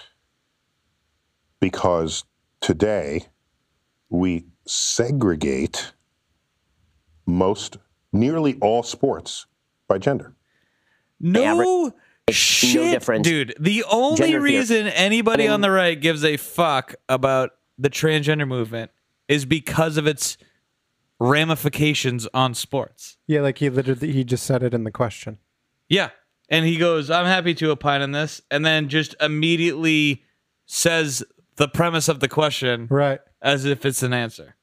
because today we segregate most, nearly all sports by gender.
No
no
shit,
difference.
dude. The only
Gender theory.
reason anybody
I mean-
on the right gives a fuck about the transgender movement is because of its ramifications on sports.
Yeah, like he literally he just said it in the question.
Yeah. And he goes, I'm happy to opine on this. And then just immediately says the premise of the question
right.
as if it's an answer.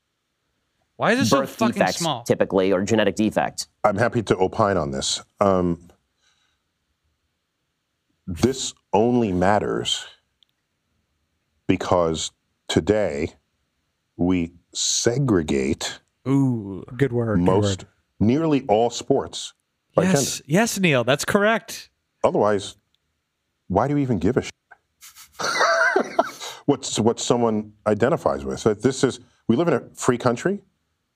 Why is it so
birth
fucking
defects
small?
typically or genetic defects.
I'm happy to opine on this. Um, this only matters because today we segregate
Ooh,
good word.
Most, nearly all sports by
Yes,
gender.
yes, Neil, that's correct.
Otherwise, why do you even give a shit? (laughs) What's what someone identifies with? So This is we live in a free country,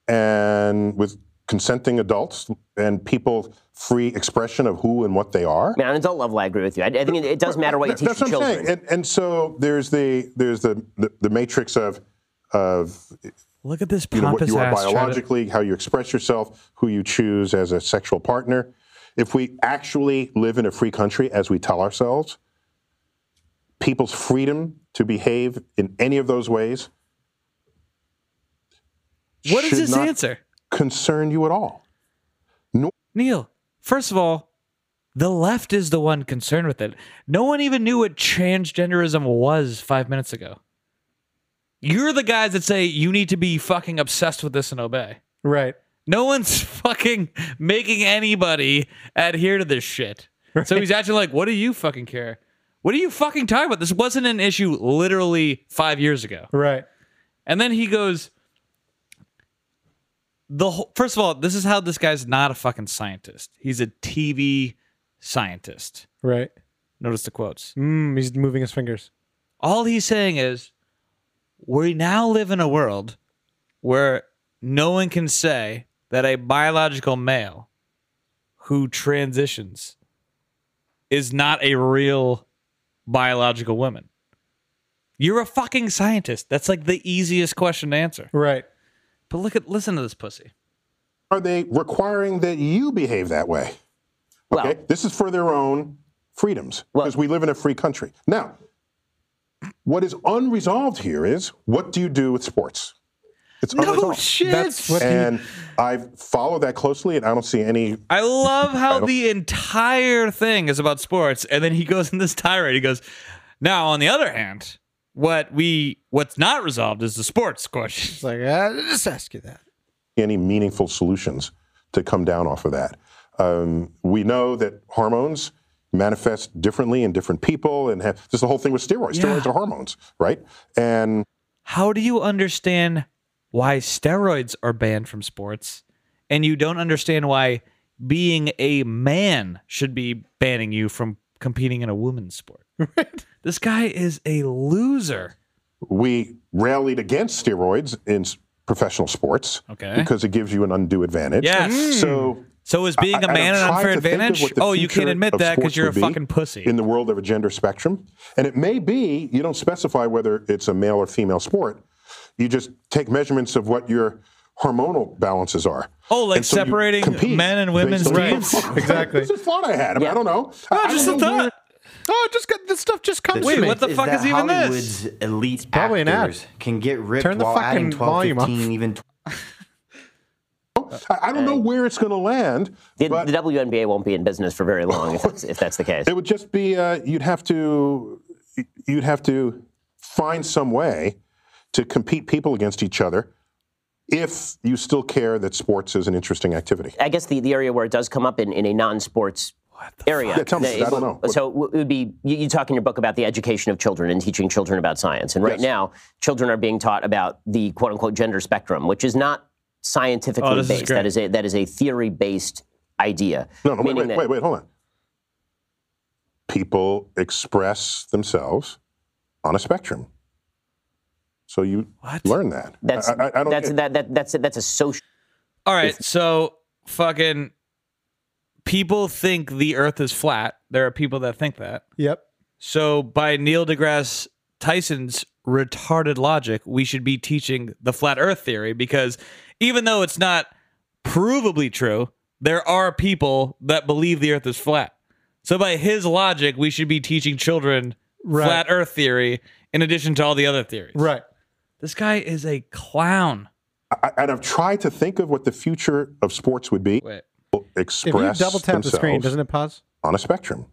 and with consenting adults and people free expression of who and what they are.
I mean, on an adult level, I agree with you. I, I think it, it does matter what you
Th-
teach
That's
your
what I'm
children.
saying. And, and so there's the there's the, the the matrix of of
Look at this
you know what
pompous
you are
ass trying to-
biologically, how you express yourself, who you choose as a sexual partner. If we actually live in a free country, as we tell ourselves, people's freedom to behave in any of those ways.
What is
should
his
not
answer?
Concern you at all? No.
Neil, first of all, the left is the one concerned with it. No one even knew what transgenderism was five minutes ago. You're the guys that say you need to be fucking obsessed with this and obey.
Right.
No one's (laughs) fucking making anybody adhere to this shit. So he's actually like, what do you fucking care? What are you fucking talking about? This wasn't an issue literally five years ago.
Right.
And then he goes, the whole, first of all, this is how this guy's not a fucking scientist. He's a TV scientist.
Right.
Notice the quotes.
Mm, he's moving his fingers.
All he's saying is, we now live in a world where no one can say that a biological male who transitions is not a real biological woman. You're a fucking scientist. That's like the easiest question to answer.
Right.
But look at listen to this pussy.
Are they requiring that you behave that way? Okay, this is for their own freedoms because we live in a free country. Now, what is unresolved here is what do you do with sports? It's
No
unresolved.
shit. That's what he-
and I've followed that closely, and I don't see any.
I love
I
how
don't-
the entire thing is about sports, and then he goes in this tirade. He goes, "Now, on the other hand, what we what's not resolved is the sports question." It's
like, uh, just ask you that.
any meaningful solutions to come down off of that. Um, we know that hormones manifest differently in different people and have just the whole thing with steroids. Steroids are hormones, right? And
How do you understand why steroids are banned from sports and you don't understand why being a man should be banning you from competing in a women's
(laughs)
sport? This guy is a loser.
we rallied against steroids in s- professional sports
Okay.
because it gives you an undue advantage.
Yes.
So
So is being
a
a man an unfair advantage? Oh, you can't admit that because you're a fucking pussy.
In the world of a gender spectrum. And it may be, you don't specify whether it's a male or female sport. You just take measurements of what your hormonal balances are.
Oh, like
And so you
separating
compete
men and
based
women's
on-
(laughs)
(laughs)
teams?
Exactly. It's a thought I had. I, mean, I don't know.
Oh,
I- I
just a
don't know
thought.
Oh, just got this stuff just comes. to me.
that Hollywood's elite
probably an ad.
actors can get ripped
Turn the
while adding
fucking
12,
volume up.
15, even 20.
I, I don't know where it's going to land.
The, the WNBA won't be in business for very long if that's, if that's the case.
(laughs) It would just be uh, you'd have to you'd have to find some way to compete people against each other if you still care that sports is an interesting activity.
I guess the, the area where it does come up in, in a non-sports area.
Yeah, tell me,
That-
I don't know.
So it would be you, you talk in your book about the education of children and teaching children about science. And right
Yes.
now, children are being taught about the quote unquote gender spectrum, which is not scientifically
Oh, this is
based.
great.
that is a that is a theory based idea.
No, no, wait,
Meaning
wait,
that-
wait, wait, hold on. People express themselves on a spectrum. So you learn that.
That's
I, I, I don't
that's that, that that's that's a social.
All right, so fucking people think the earth is flat. There are people that think that.
Yep.
So by Neil deGrasse Tyson's retarded logic, we should be teaching the flat earth theory because even though it's not provably true, there are people that believe the earth is flat. So by his logic, we should be teaching children
Right.
flat earth theory in addition to all the other theories.
Right.
This guy is a clown.
I, and I've tried to think of what the future of sports would be.
Wait.
People
If you
Express
double tap the screen,
themselves
doesn't it pause?
on a spectrum.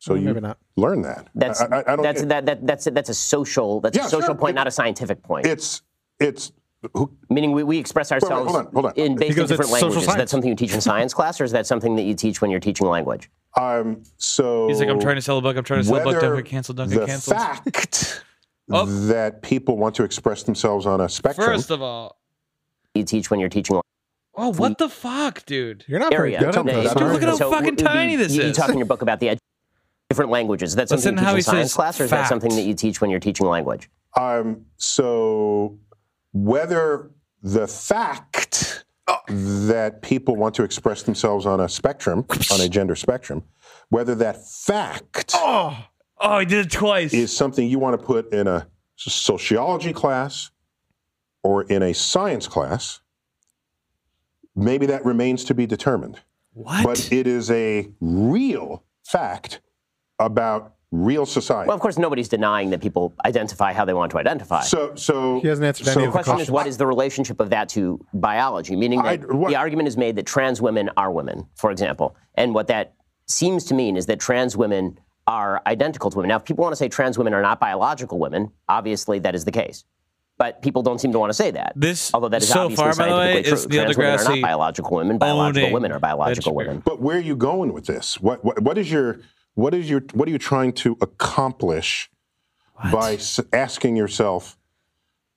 So
Well,
you
maybe not.
learn that.
That's
I, I- I don't
that's that, that that's that's a social that's
Yeah,
a social
sure.
point, not a scientific point.
It's it's
meaning we, we express
wait,
ourselves
hold on, hold on.
in based on
Because
different
it's social
languages. Is that
science.
something you teach in science class, or is that something that you teach when you're teaching language?
um so
He's like, I'm trying to sell a book. I'm trying to sell a book. Don't
whether
get canceled. Don't
the
get canceled. Oh.
fact that people want to express themselves on a spectrum.
First of all,
You teach when you're teaching
oh, what the fuck, dude?
You're
not
area.
Dude, look at how
So
fucking
would- would
tiny
be-
this
you,
is.
You talk in your book about the ed- different languages. Is that something
Listen
you teach
how he
in science
says
class, or is that something
fact.
that you teach when you're teaching language?
Um, so whether the fact
Uh.
that people want to express themselves on a spectrum, on a gender spectrum, whether that fact
oh, oh, he did it twice.
is something you want to put in a sociology class or in a science class, maybe that remains to be determined.
What?
But it is a real fact about real society.
Well, of course, nobody's denying that people identify how they want to identify.
So, so so
the question is, what is the relationship of that to biology? Meaning that the argument is made that trans women are women, for example, and what that seems to mean is that trans women are identical to women. Now, if people want to say trans women are not biological women, obviously that is the case, but people don't seem to want to say that.
This,
although that is
so
obviously
far, by the way,
scientifically
is
true.
Neil
Trans women are
deGrasse
not biological women. Biological
owning
women are biological women.
But where are you going with this? What what, what is your what is your what are you trying to accomplish by s- asking yourself,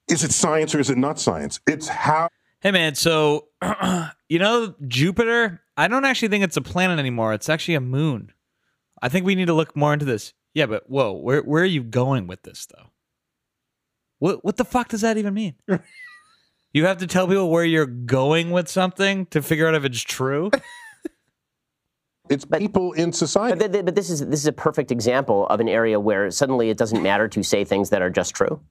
is it science or is it not science? It's how
Hey man, so (clears throat) you know Jupiter? I don't actually think it's a planet anymore. It's actually a moon. I think we need to look more into this. Yeah, but whoa, where where are you going with this though? What what the fuck does that even (laughs) mean? you have to tell people where you're going with something to figure out if it's true.
it's people in society.
But, th- but this is this is a perfect example of an area where suddenly it doesn't matter to say things that are just true.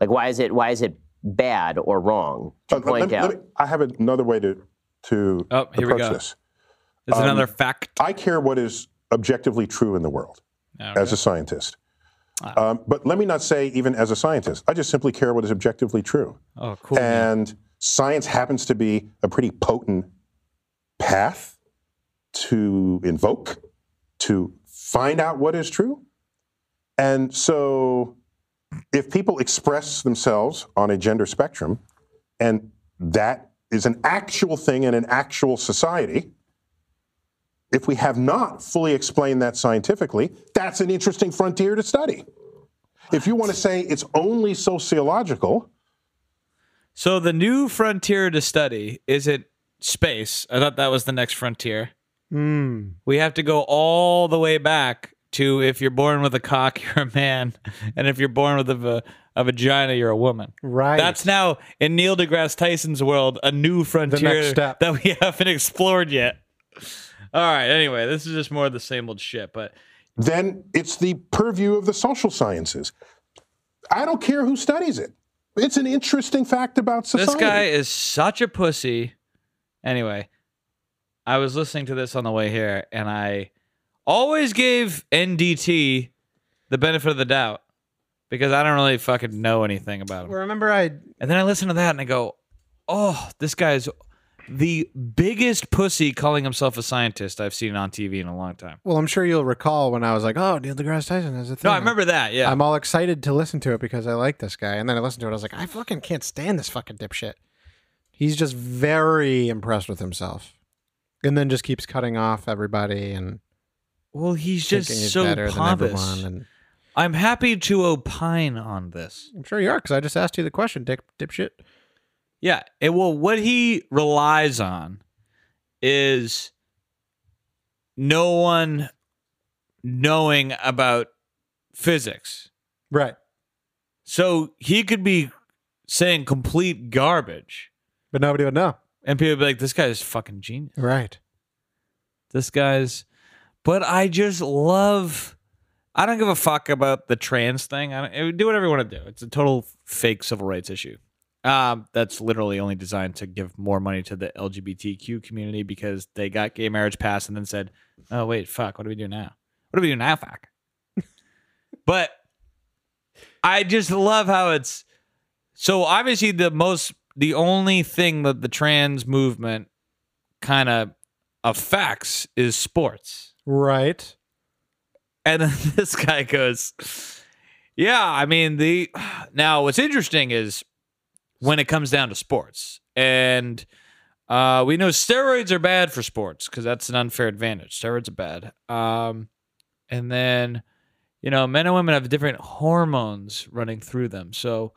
Like why is it why is it bad or wrong to
Uh,
point
let me-
out?
let me- I have another way to to
Oh, here we
approach
go.
this.
It's
Um,
another fact.
I care what is objectively true in the world as a scientist. Um, but let me not say even as a scientist. I just simply care what is objectively true.
Oh, cool.
And science happens to be a pretty potent path to invoke, to find out what is true. And so if people express themselves on a gender spectrum, and that is an actual thing in an actual society, If we have not fully explained that scientifically, that's an interesting frontier to study. If you want to say it's only sociological,
So the new frontier to study isn't space. I thought that was the next frontier.
Mm.
We have to go all the way back to if you're born with a cock, (laughs) you're a man, and if you're born with a, va- a vagina, you're a woman.
Right.
That's now in Neil deGrasse Tyson's world a new frontier
step.
that we (laughs) haven't explored yet. All right. Anyway, this is just more of the same old shit. But
then it's the purview of the social sciences. I don't care who studies it. It's an interesting fact about society.
This guy is such a pussy. Anyway, I was listening to this on the way here, and I always gave NDT the benefit of the doubt because I don't really fucking know anything about him.
Well, remember I
And then I listen to that and I go, oh, this guy's the biggest pussy calling himself a scientist I've seen on TV in a long time.
well, I'm sure you'll recall when I was like, "Oh, Neil deGrasse Tyson has a thing."
No, I remember that. Yeah.
I'm all excited to listen to it because I like this guy, and then I listened to it. I was like, "I fucking can't stand this fucking dipshit." He's just very impressed with himself, and then just keeps cutting off everybody and
well, he's
thinking
just
he's
so
better
pompous.
than everyone. And
I'm happy to opine on this.
I'm sure you are because I just asked you the question, dip, dipshit.
Yeah. And well, what he relies on is no one knowing about physics.
Right.
So he could be saying complete garbage.
But nobody would know.
And people would be like, this guy is fucking genius.
Right.
This guy's. But I just love. I don't give a fuck about the trans thing. I don't, do whatever you want to do. It's a total fake civil rights issue. Um, that's literally only designed to give more money to the LGBTQ community because they got gay marriage passed and then said, "Oh wait, fuck, what do we do now? What do we do now, fuck?" (laughs) but I just love how it's so obviously the most the only thing that the trans movement kind of affects is sports.
Right.
And then (laughs) this guy goes, Yeah, I mean, the (sighs) now what's interesting is when it comes down to sports. And uh, we know steroids are bad for sports because that's an unfair advantage. Steroids are bad. Um, and then, you know, men and women have different hormones running through them. So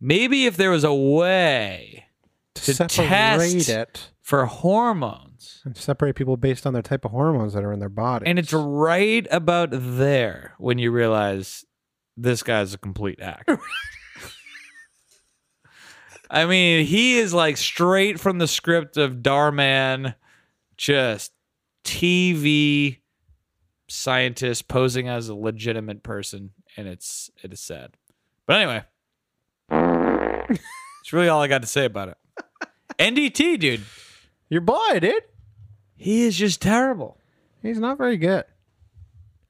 maybe if there was a way to test
Separate it.
for hormones,
And separate people based on their type of hormones that are in their body.
and it's right about there when you realize this guy's a
(laughs)
complete hack. I mean, he is like straight from the script of Darman, just TV scientist posing as a legitimate person, and it's it is sad.
(laughs)
But anyway, it's really all I got to say about it. NDT, dude,
your boy, dude.
He is just terrible.
He's not very good.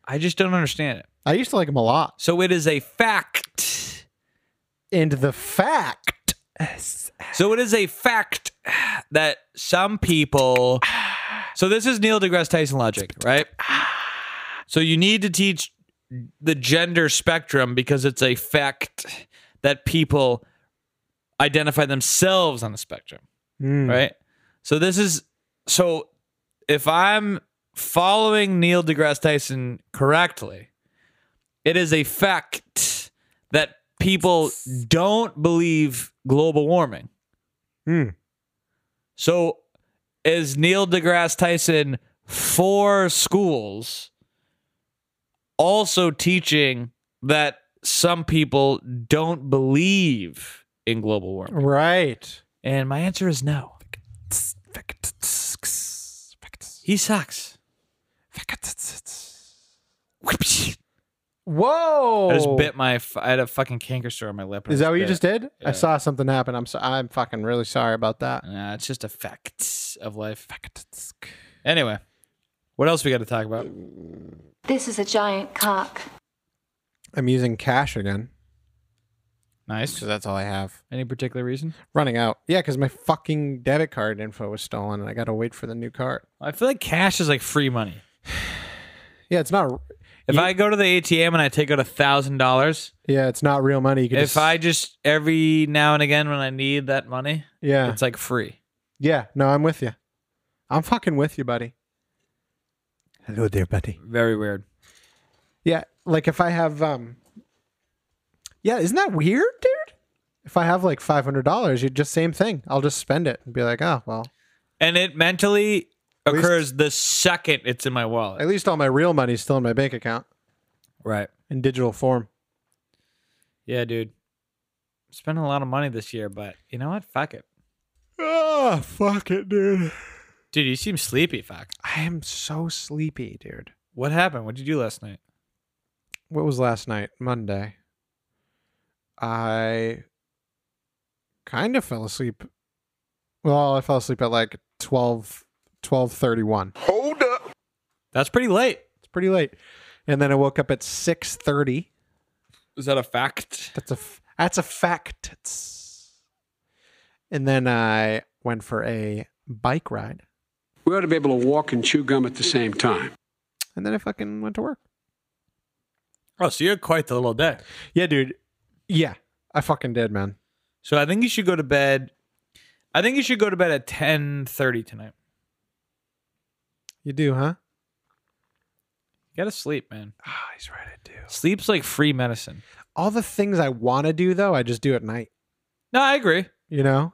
I just don't understand it.
I used to like him a lot.
So it is a fact.
And the fact.
So it is a fact that some people. So this is Neil deGrasse Tyson logic, right? So you need to teach the gender spectrum because it's a fact that people identify themselves on the spectrum,
Mm.
right? So this is so if I'm following Neil deGrasse Tyson correctly, it is a fact that people don't believe global warming.
Hmm.
So is Neil deGrasse Tyson for schools also teaching that some people don't believe in global warming?
Right.
And my answer is no. He sucks.
Whoa.
I just bit my. F- I had a fucking canker sore on my lip. and
Oh. Is
I
that what you
bit
just
it.
did? I saw something happen. I'm so, I'm fucking really sorry about that.
Nah, it's just a fact of life. Anyway, what else we got to talk about?
Mm.
This is a giant cock.
I'm using cash again.
Nice. So
that's all I have.
Any particular reason?
Running out. Yeah, because my fucking debit card info was stolen, and I got to wait for the new card.
I feel like cash is like free money.
(sighs) Yeah, it's not.
If I go to the ATM and I take out a thousand dollars,
Yeah, it's not real money. You can
if
just,
I just every now and again when I need that money,
Yeah.
it's like free.
yeah, no, I'm with you. I'm fucking with you, buddy. Hello there, buddy.
Very weird.
Yeah, like if I have um Yeah, isn't that weird, dude? If I have like five hundred dollars, you just same thing. I'll just spend it and be like, oh well.
And it mentally occurs the second it's in my wallet.
At least all my real money's still in my bank account.
Right.
In digital form.
Yeah, dude. Spending a lot of money this year, but you know what? Fuck it.
Oh, fuck it, dude.
Dude, you seem sleepy, fuck.
I am so sleepy, dude.
What happened? What'd you do last night?
What was last night? Monday. I kind of fell asleep. Well, I fell asleep at like 12 12:31.
Hold up. That's pretty late.
It's pretty late. And then I woke up at 6:30.
Is that a fact?
That's a f- that's a fact. It's- And then I went for a bike ride.
We ought to be able to walk and chew gum at the same time.
And then I fucking went to work.
Oh, so you had quite the little day.
Yeah, dude. Yeah, I fucking did, man.
So I think you should go to bed. I think you should go to bed at ten thirty tonight.
You do, huh?
You gotta sleep, man.
Ah, he's right. I do.
Sleep's like free medicine.
All the things I want to do though, I just do at night,
No, I agree.
you know?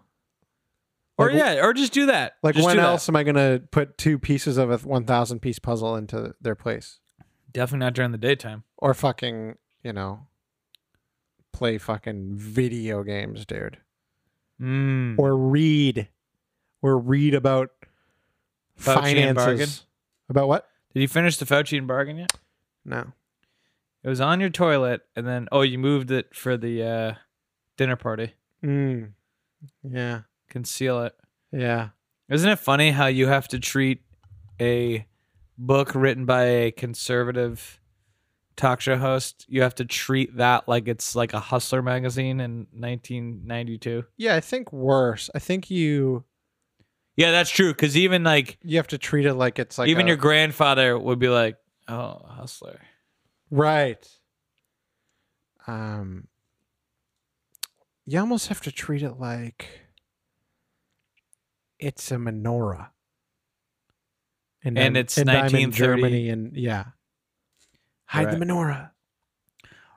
Or
Like,
yeah, or just do that.
Like
Just
when
do that.
else am I going to put two pieces of a 1000 piece puzzle into their place?
Definitely not during the daytime.
or fucking you know play fucking video games dude
Mm.
or read or read about,
Fauci and Bargain?
finances about what
Did you finish the Fauci and bargain yet?
No.
It was on your toilet, and then oh, you moved it for the uh, dinner party.
mm. yeah
Conceal it.
yeah
Isn't it funny how you have to treat a book written by a conservative talk show host? You have to treat that like it's like a hustler magazine in 1992.
yeah i think worse i think you
Yeah, that's true. Because even like,
you have to treat it like it's like
even
a-
your grandfather would be like, "Oh, hustler."
right um you almost have to treat it like it's a menorah
And,
I'm-
it's
I'm in
1930.
Germany and yeah. Hide the
Right.
menorah.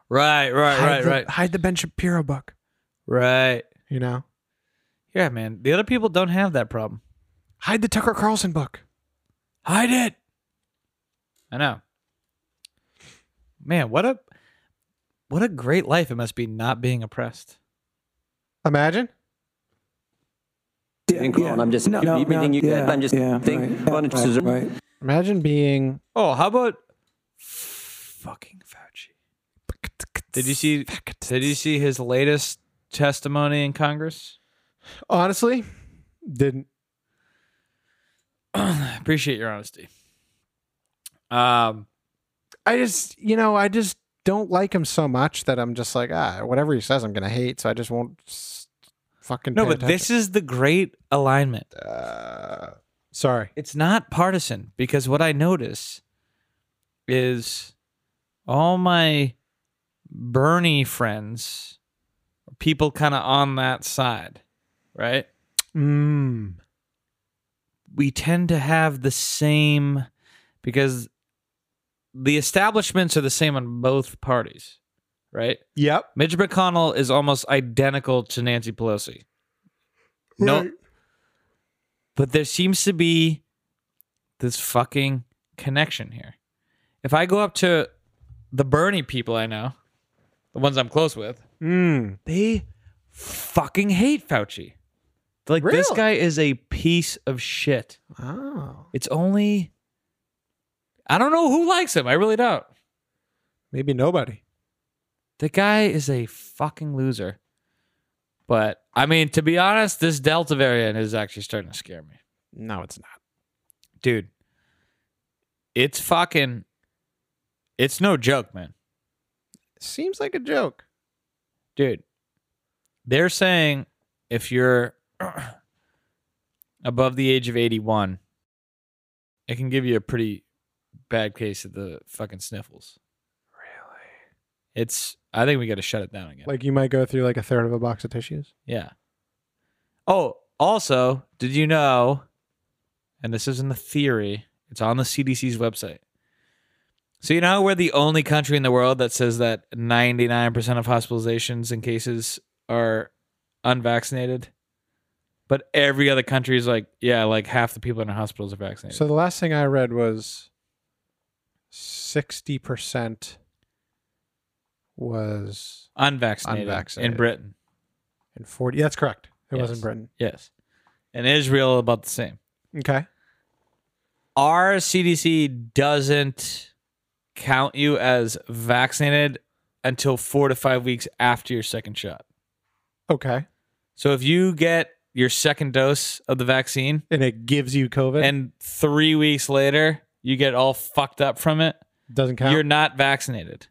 Right, right,
hide
right,
the,
right,
Hide the Ben Shapiro book.
right.
You know,
Yeah, man. The other people don't have that problem.
hide the Tucker Carlson book.
Hide it. I know. Man, what a what a great life it must be not being oppressed.
Imagine.
and grown. I'm just everything you get. I'm just yeah, thinking about it. Right.
Imagine being.
Oh, how about fucking Fauci? Did you see did you see his latest testimony in Congress?
Honestly, (clears throat) didn't.
I appreciate your honesty. Um
I just you know I just don't like him so much that I'm just like ah whatever he says I'm gonna hate so I just won't s- fucking.
No,
pay
but this
attention. Uh,
is the great alignment.
sorry.
It's not partisan because what I notice is all my Bernie friends, people kind of on that side, right?
Mm.
We tend to have the same because the establishments are the same on both parties, right?
Yep.
Mitch McConnell is almost identical to Nancy Pelosi. No, but there seems to be this fucking connection here. If I go up to the Bernie people I know, the ones I'm close with,
Mm.
they fucking hate Fauci. They're like, this
Really?
guy is a piece of shit.
Oh,
It's only, I don't know who likes him. I really don't.
maybe nobody.
The guy is a fucking loser. But I mean, to be honest, this Delta variant is actually starting to scare me.
No, it's not.
Dude, it's fucking, it's no joke, man.
Seems like a joke.
Dude, they're saying if you're (clears throat) above the age of 81, it can give you a pretty bad case of the fucking sniffles. Really? It's, I think we got to shut it down again.
Like you might go through like a third of a box of tissues.
Yeah. Oh, also, did you know? And this isn't a theory, It's on the CDC's website. So you know how we're the only country in the world that says that 99% of hospitalizations and cases are unvaccinated? But every other country is like, yeah, like half the people in our hospitals are vaccinated.
So the last thing I read was sixty percent was
unvaccinated,
unvaccinated.
in Britain.
and forty. That's correct. It was
Yes.
in Britain.
Yes. And Israel about the same.
Okay.
Our CDC doesn't count you as vaccinated until 4 to 5 weeks after your second shot.
Okay.
So if you get your second dose of the vaccine
and it gives you COVID,
and three weeks later you get all fucked up from it,
doesn't count?
You're not vaccinated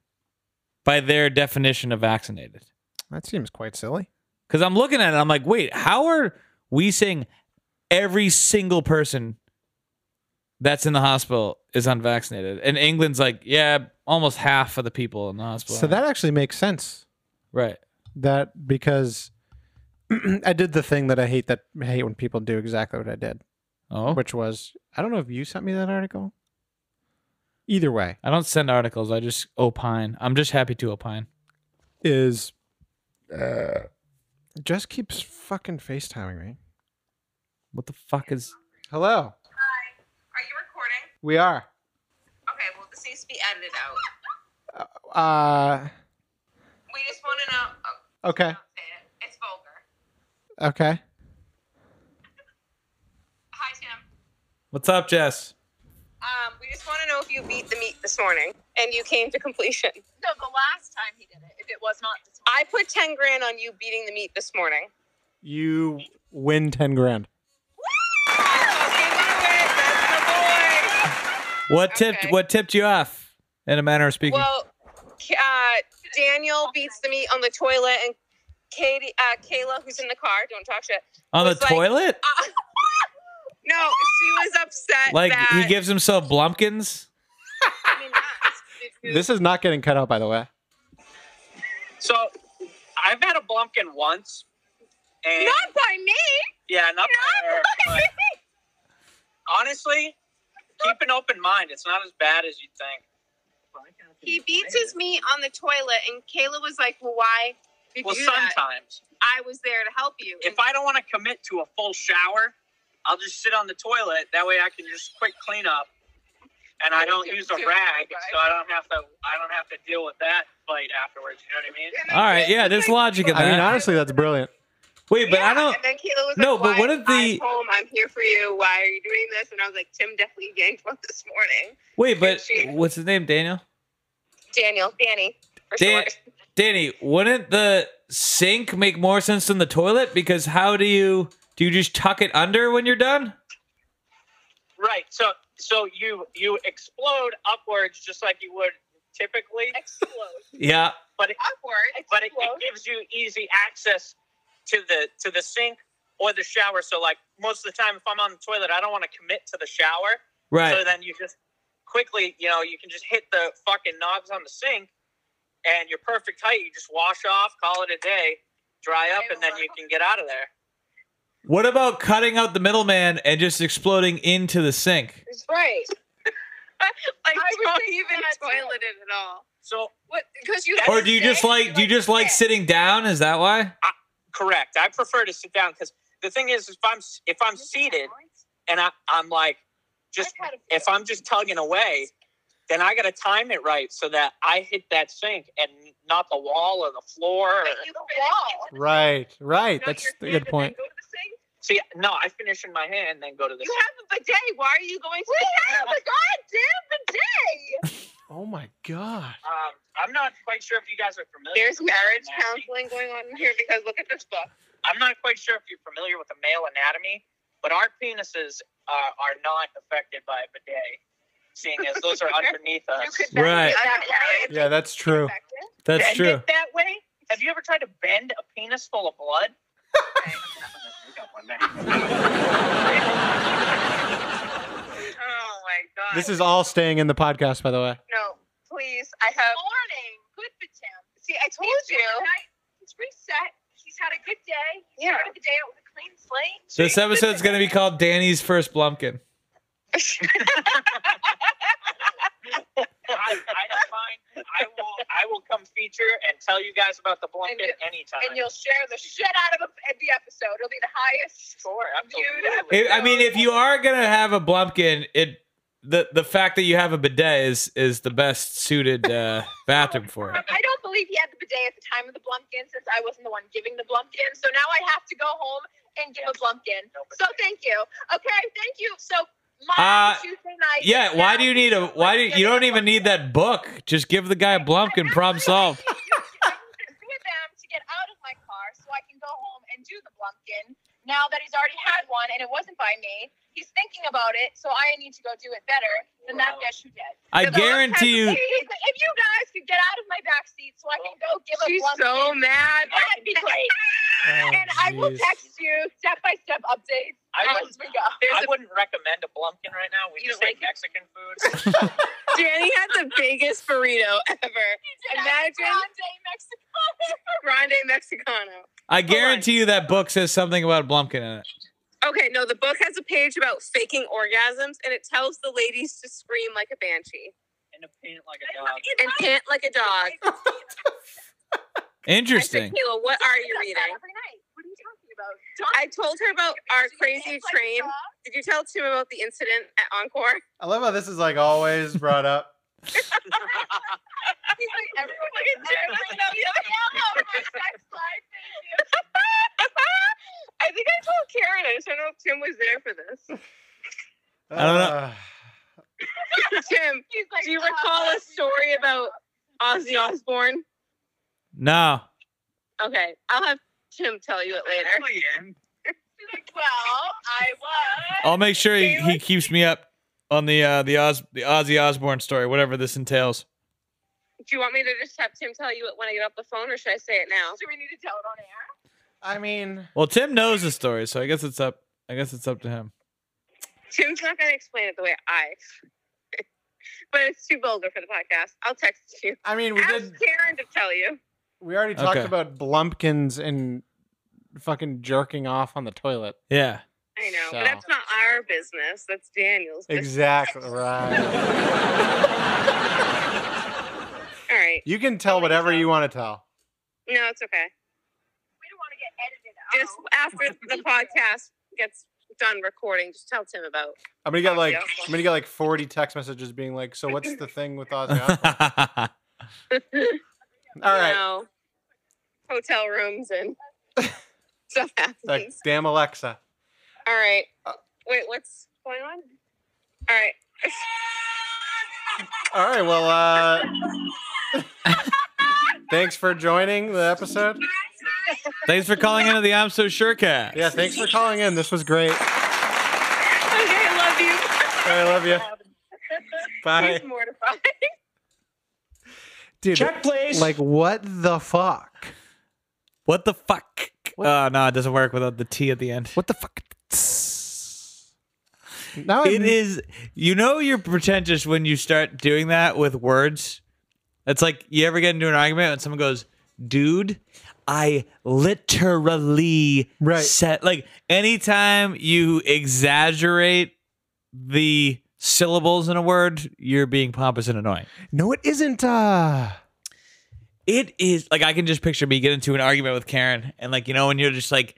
by their definition of vaccinated.
That seems quite silly.
Because I'm looking at it, I'm like, wait, how are we saying every single person that's in the hospital is unvaccinated? And England's like, yeah, almost half of the people in the hospital.
So that actually makes sense.
Right.
That because (clears throat) I did the thing that I hate that I hate when people do exactly what I did.
Oh.
Which was I don't know if you sent me that article. Either way.
I don't send articles. I just opine. I'm just happy to opine.
Is uh, just keeps fucking FaceTiming me.
What the fuck is
Hello.
Are you recording?
We are.
Okay, well, this needs to be edited out.
Uh
We just want to know. Oh,
okay.
it's vulgar.
Okay.
Hi, Tim.
What's up, Jess?
Um, we just want to know if you beat the meat this morning and you came to completion. No, the last time he did it, if it was not this morning. I put 10 grand on you beating the meat this morning.
You win ten grand.
What tipped what tipped you off in a manner of speaking?
Well, K- uh, Daniel beats the meat on the toilet, and Katie, uh, Kayla, who's in the car, don't talk shit.
On the
was like-
toilet?
Uh, (laughs) no, she was upset.
like
that,
he gives himself blumpkins?
I mean,
(laughs)
that's-
This is not getting cut out by the way.
So I've had a Blumpkin once. And
not by me.
Yeah, not, by her,
by
but honestly, keep an open mind. It's not as bad as you'd think.
He beats his meat on the toilet, and Kayla was like, "Well, why?" Did
Well,
you do that?
sometimes.
I was there to help you.
If I don't want to commit to a full shower, I'll just sit on the toilet. That way I can just quick clean up. And I don't use a rag, so I don't have to. I don't have to deal with that fight afterwards. You know what I mean?
All right, yeah, there's logic in that.
I mean honestly that's brilliant.
Wait, but
(laughs)
I
And
don't
then Kayla was
No,
like,
but
"Why
what if the-
I'm home? I'm here for you. Why are you doing this?" And I was like, "Tim definitely yanked one this morning."
Wait,
(laughs)
but
she-
what's his name? Daniel?
Daniel, Danny, for
Dan-
short.
Danny, wouldn't the sink make more sense than the toilet? Because how do you do you just tuck it under when you're done?
Right. So so you you explode upwards just like you would typically.
Explode.
Yeah.
But it,
upward.
But it, it gives you easy access to the to the sink or the shower. So like most of the time, if I'm on the toilet, I don't want to commit to the shower.
Right.
So then you just quickly, you know, you can just hit the fucking knobs on the sink, and you're perfect height. You just wash off, call it a day, dry up, and then you can get out of there.
What about cutting out the middleman and just exploding into the sink?
Right. (laughs) like don't even toilet it at all.
So
what?
(laughs)
Because you
Or do you just like do you just like sitting down? Is that why?
Correct. I prefer to sit down because the thing is, if I'm if I'm seated and I, I'm like just if I'm just tugging away, then I got to time it right so that I hit that sink and not the wall or the floor. Or,
Right, right. That's a good point.
see, no, I finish in my hand, then go to the.
You
sink.
have a bidet. Why are you going to? We have a goddamn bidet.
Oh my god.
Um, I'm not quite sure if you guys are familiar.
There's
with
marriage
anatomy.
counseling going on in here because look at this book.
I'm not quite sure if you're familiar with the male anatomy, but our penises uh, are not affected by a bidet, seeing as those
(laughs)
are underneath us.
bend Right. it
That way.
Yeah, that's true.
That's
Bend
true.
it that way? Have you ever tried to bend a penis full of blood? (laughs)
Oh my god.
This is all staying in the podcast, by the way.
No, please. I have. Morning. Good for Tim. See, I told
He's
you.
doing
He's reset. He's had a good day. He yeah. started the day out with a clean slate.
This episode's gonna be called Danny's first blumpkin.
feature and tell you guys about the blanket anytime.
And you'll share the shit out of the, the episode. It'll be the highest score.
If- I mean, if you are gonna have a blumpkin, it the the fact that you have a bidet is is the best suited uh, bathroom for it.
I don't believe he had the bidet at the time of the blumpkin since I wasn't the one giving the blumpkin. So now I have to go home and give a blumpkin. So thank you. Okay, thank you. So my
Uh,
Tuesday night.
Yeah,
is
why
now-
do you need a why do you, you don't even need that book? Just give the guy a blumpkin. Problem solved.
with them to get out of my car so I can go home and do the blumpkin now that he's already had one and it wasn't by me. He's thinking about it, so I need to go do it better than that guess who did.
I
So
guarantee you-
If if you guys could get out of my back seat so I can go give a
She's
blumpkin.
so mad.
I can be late.
Oh,
and I will
jeez.
text you step by step updates
I
as we go.
I wouldn't recommend a blumpkin right now. We just say Mexican food.
Danny had the biggest burrito ever. Imagine
Grande
Mexicano.
I guarantee you that book says something about a blumpkin in it.
Okay, no, the book has a page about faking orgasms, and it tells the ladies to scream like a banshee
and to pant like a dog.
and pant like a dog.
Interesting.
Kayla, what are you reading?
What are you talking about?
I told her about our crazy train. Did you tell Tim about the incident at
(laughs)
Encore?
I love how this is like always brought up. (laughs)
He's like, everyone look at Jim. That's (laughs) about the other
(laughs) I think I told Karen. I just don't know if Tim was there for this.
I don't know.
(laughs)
Tim, do
"Oh,
you recall a story about Ozzy Osbourne?
No.
Okay, I'll have Tim tell you it later.
Well, I was.
I'll make sure he, he keeps me up on the uh, the Oz the Ozzy Osbourne story, whatever this entails.
Do you want me to just have Tim tell you it when I get off the phone, or should I say it now?
Do we need to tell it on air?
I mean,
Well, Tim knows the story, so I guess it's up. I guess it's up to him.
Tim's not going to explain it the way I. (laughs) but it's too vulgar for the podcast. I'll text you.
I mean, we
Ask Karen to tell you.
we already
talked
Okay.
about blumpkins and fucking jerking off on the toilet.
Yeah.
I know,
So.
but that's not our business. That's Daniel's. Business.
Exactly right.
All right.
you can tell whatever you want to tell.
No, it's okay.
We don't want to get edited out.
Just
(laughs)
after the podcast gets done recording, just tell Tim about.
I'm gonna get like I'm gonna get like 40 text messages being like, "So what's the thing with Ozzy?"
(laughs) Osbourne?"
All
You
right,
know, hotel
(laughs)
rooms and stuff
like
happens.
damn Alexa.
All right.
Uh,
Wait, what's going on? All right. (laughs)
All right, well, uh, thanks for joining the episode.
Thanks for (laughs) calling into the I'm So Sure Cat.
Yeah, thanks for calling in. This was great.
Okay, I love you.
I love you. Bye.
He's mortified. (laughs)
Dude,
Check, please.
Like, what the fuck?
What the fuck? Uh, no, it doesn't work without the T at the end. What the fuck?
Now
it is. You know you're pretentious when you start doing that with words. It's like you ever get into an argument and someone goes, "Dude, I literally said." Like anytime you exaggerate the syllables in a word, you're being pompous and annoying.
No, it isn't. Uh,
It is like I can just picture me get into an argument with Karen, and like you know when you're just like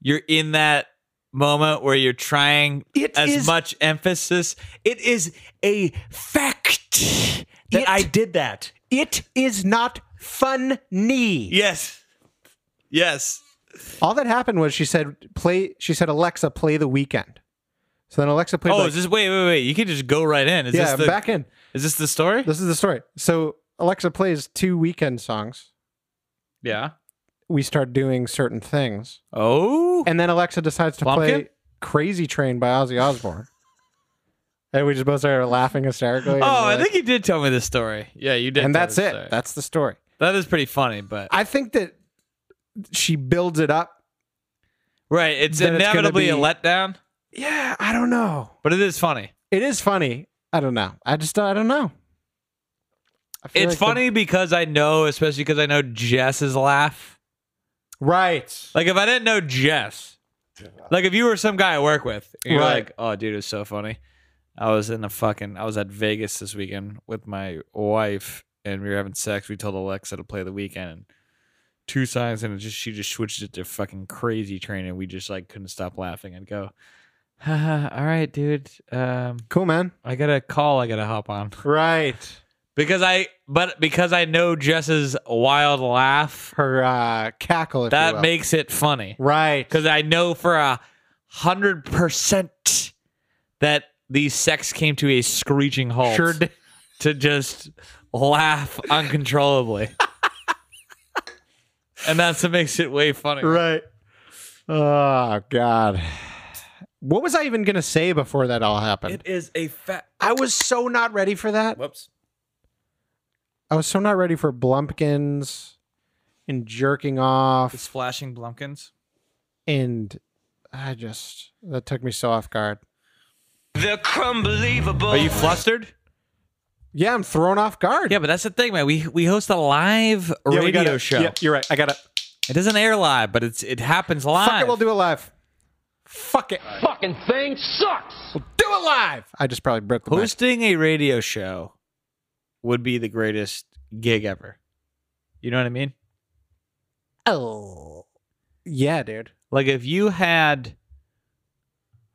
you're in that moment where you're trying as
is-
much emphasis. It is a fact that I did that.
it is not funny.
Yes. Yes.
All that happened was she said, "Play." She said, "Alexa, play the weekend." So then Alexa played.
oh,
like,
is this wait wait wait? You can just go right in. Is
yeah,
this the,
back in.
Is this the story?
This is the story. So Alexa plays two weekend songs.
Yeah.
We start doing certain things.
Oh.
And then Alexa decides to
Plumpkin?
play "Crazy Train" by Ozzy Osbourne. and we just both started laughing hysterically. and
Oh,
we're
I
like-
think you did tell me this story. Yeah, you did.
And
tell
that's
this
it.
story.
That's the story.
That is pretty funny, but
I think that she builds it up.
right, it's
Then it's gonna
inevitably a
be-
letdown,
Yeah, I don't know.
but it is funny.
It is funny. I don't know. I just I don't know. I feel
It's
like the-
funny because I know, especially because I know Jess's laugh.
Right.
Like if I didn't know Jess, like if you were some guy I work with, and you're
Right.
like, oh, dude, it's so funny. I was in a fucking, I was at Vegas this weekend with my wife, and we were having sex. We told Alexa to play the weekend and two songs, and it just she just switched it to fucking crazy train, and we just like couldn't stop laughing. I'd go, Haha, (laughs) all right, dude. Um,
cool, man.
I got a call. I got to hop on.
Right.
Because I, but because I know Jess's wild laugh,
her uh, cackle, if you
that
will.
makes it funny,
right?
Because I know for a hundred percent that the sex came to a screeching halt.
Sure did.
(laughs) To just laugh
(laughs)
uncontrollably, and that's what makes it way funnier.
Right. Oh God. What was I even gonna say before that all happened?
It is a fat.
I was so not ready for that.
Whoops.
I was so not ready for Blumpkins and jerking off
The splashing Blumpkins.
and I just that took me so off guard.
The crumbelievable.
Are you flustered?
Yeah, I'm thrown off guard.
Yeah, but that's the thing, man. We we host a live
we
radio
gotta-
show.
yeah, you're right. I gotta
It doesn't air live, but it's it happens live.
fuck it, we'll do it live. Fuck it.
Fucking thing sucks.
We'll do it live. I just probably broke the mic.
Hosting a radio show would be the greatest gig ever. You know what I mean?
Oh. Yeah, dude.
Like if you had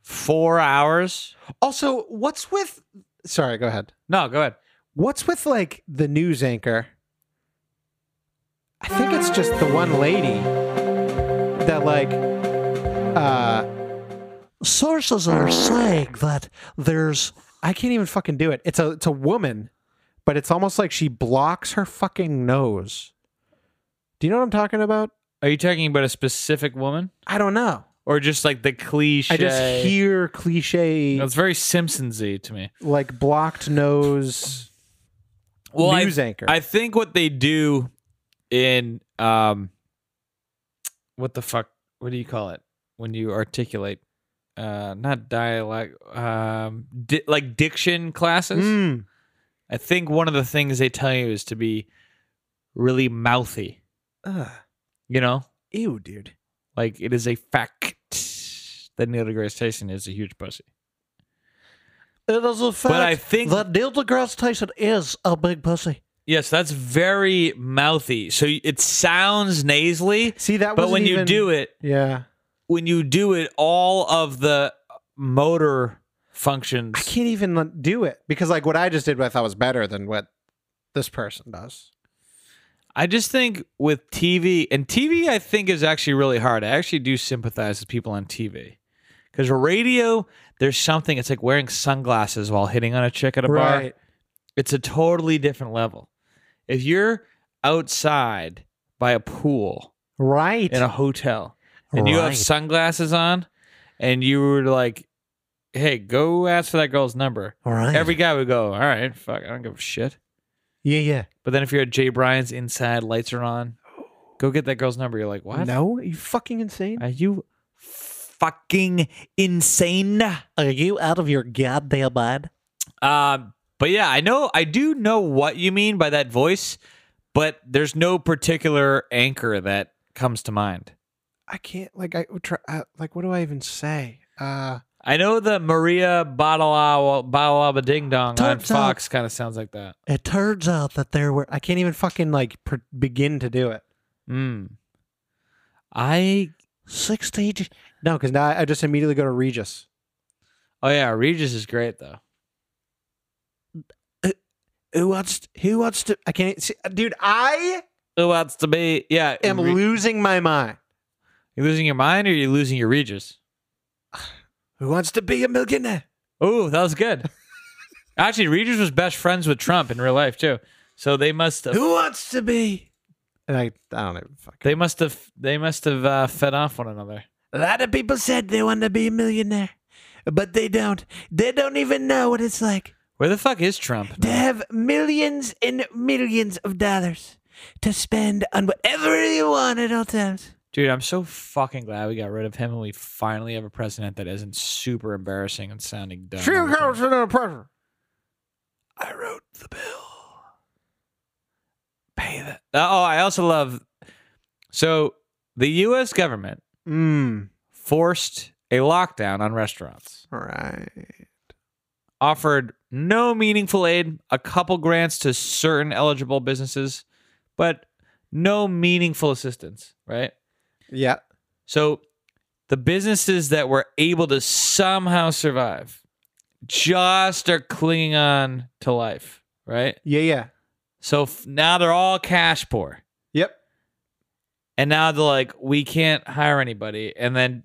four hours.
Also, what's with sorry, go ahead.
No, go ahead.
What's with like the news anchor? I think it's just the one lady that like uh sources are saying that there's I can't even fucking do it. It's a it's a woman, but it's almost like she blocks her fucking nose. Do you know what I'm talking about?
Are you talking about a specific woman?
I don't know.
Or just like the cliche?
I just hear cliche
No, It's very Simpsonsy to me.
like blocked nose news
I,
anchor.
I think what they do in um, what the fuck? What do you call it when you articulate? Uh, not dialect. Um, di- like diction classes.
Mm.
I think one of the things they tell you is to be really mouthy.
Ugh.
You know,
Ew, dude.
like it is a fact that Neil deGrasse Tyson is a huge pussy.
It is a fact
I think-
that Neil deGrasse Tyson is a big pussy.
Yes, that's very mouthy. So it sounds nasally.
See that,
but
wasn't
when you
even-
do it,
yeah,
when you do it, all of the motor functions.
I can't even like, do it because like what I just did, I thought was better than what this person does.
I just think with TV and TV, I think is actually really hard. I actually do sympathize with people on TV because radio, there's something. It's like wearing sunglasses while hitting on a chick at a bar.
Right.
It's a totally different level. If you're outside by a pool
Right.
in a hotel and you have
Right.
sunglasses on and you were like hey go ask for that girl's number
All right.
every guy would go all right fuck i don't give a shit
yeah, yeah.
but then if you're at jay bryan's inside lights are on go get that girl's number you're like what
No, are you fucking insane?
are you fucking insane
Are you out of your goddamn mind?
um but yeah i know i do know what you mean by that voice but there's no particular anchor that comes to mind
I can't. Like I would try. Uh, like what do I even say? Uh,
I know the Maria Badalawa Badalaba Ding Dong on
Turns out-
Fox kind of sounds like that.
it turns out that there were. I can't even fucking like pr- begin to do it.
Mm. I
Sixteen. No, because now I I just immediately go to Regis.
oh yeah, Regis is great though.
Who wants? Who wants to? I can't, see, dude. I
Who wants to be? Yeah,
am
Re-
losing my mind.
you losing your mind or you losing your Regis?
(sighs) Who wants to be a millionaire?
Oh, that
(laughs)
was good. Actually, Regis was best friends with Trump in real life too, so they must have
Who wants to be? And I, I don't even fuck.
they must have they must have uh, fed off one another.
A lot of people said they want to be a millionaire, but they don't. They don't even know what it's like
Where the fuck is Trump?
to have millions and millions of dollars to spend on whatever you want at all times.
Dude, I'm so fucking glad we got rid of him and we finally have a president that isn't super embarrassing and sounding dumb. all the time.
under pressure. I wrote the bill.
pay that. Oh, I also love. So the U.S. government
Mmm.
Mm, forced a lockdown on restaurants.
Right.
offered no meaningful aid, a couple grants to certain eligible businesses, but no meaningful assistance, right?
Yeah.
So the businesses that were able to somehow survive just are clinging on to life, right?
Yeah, yeah.
So f- now they're all cash poor.
Yep.
And now they're like, we can't hire anybody. And then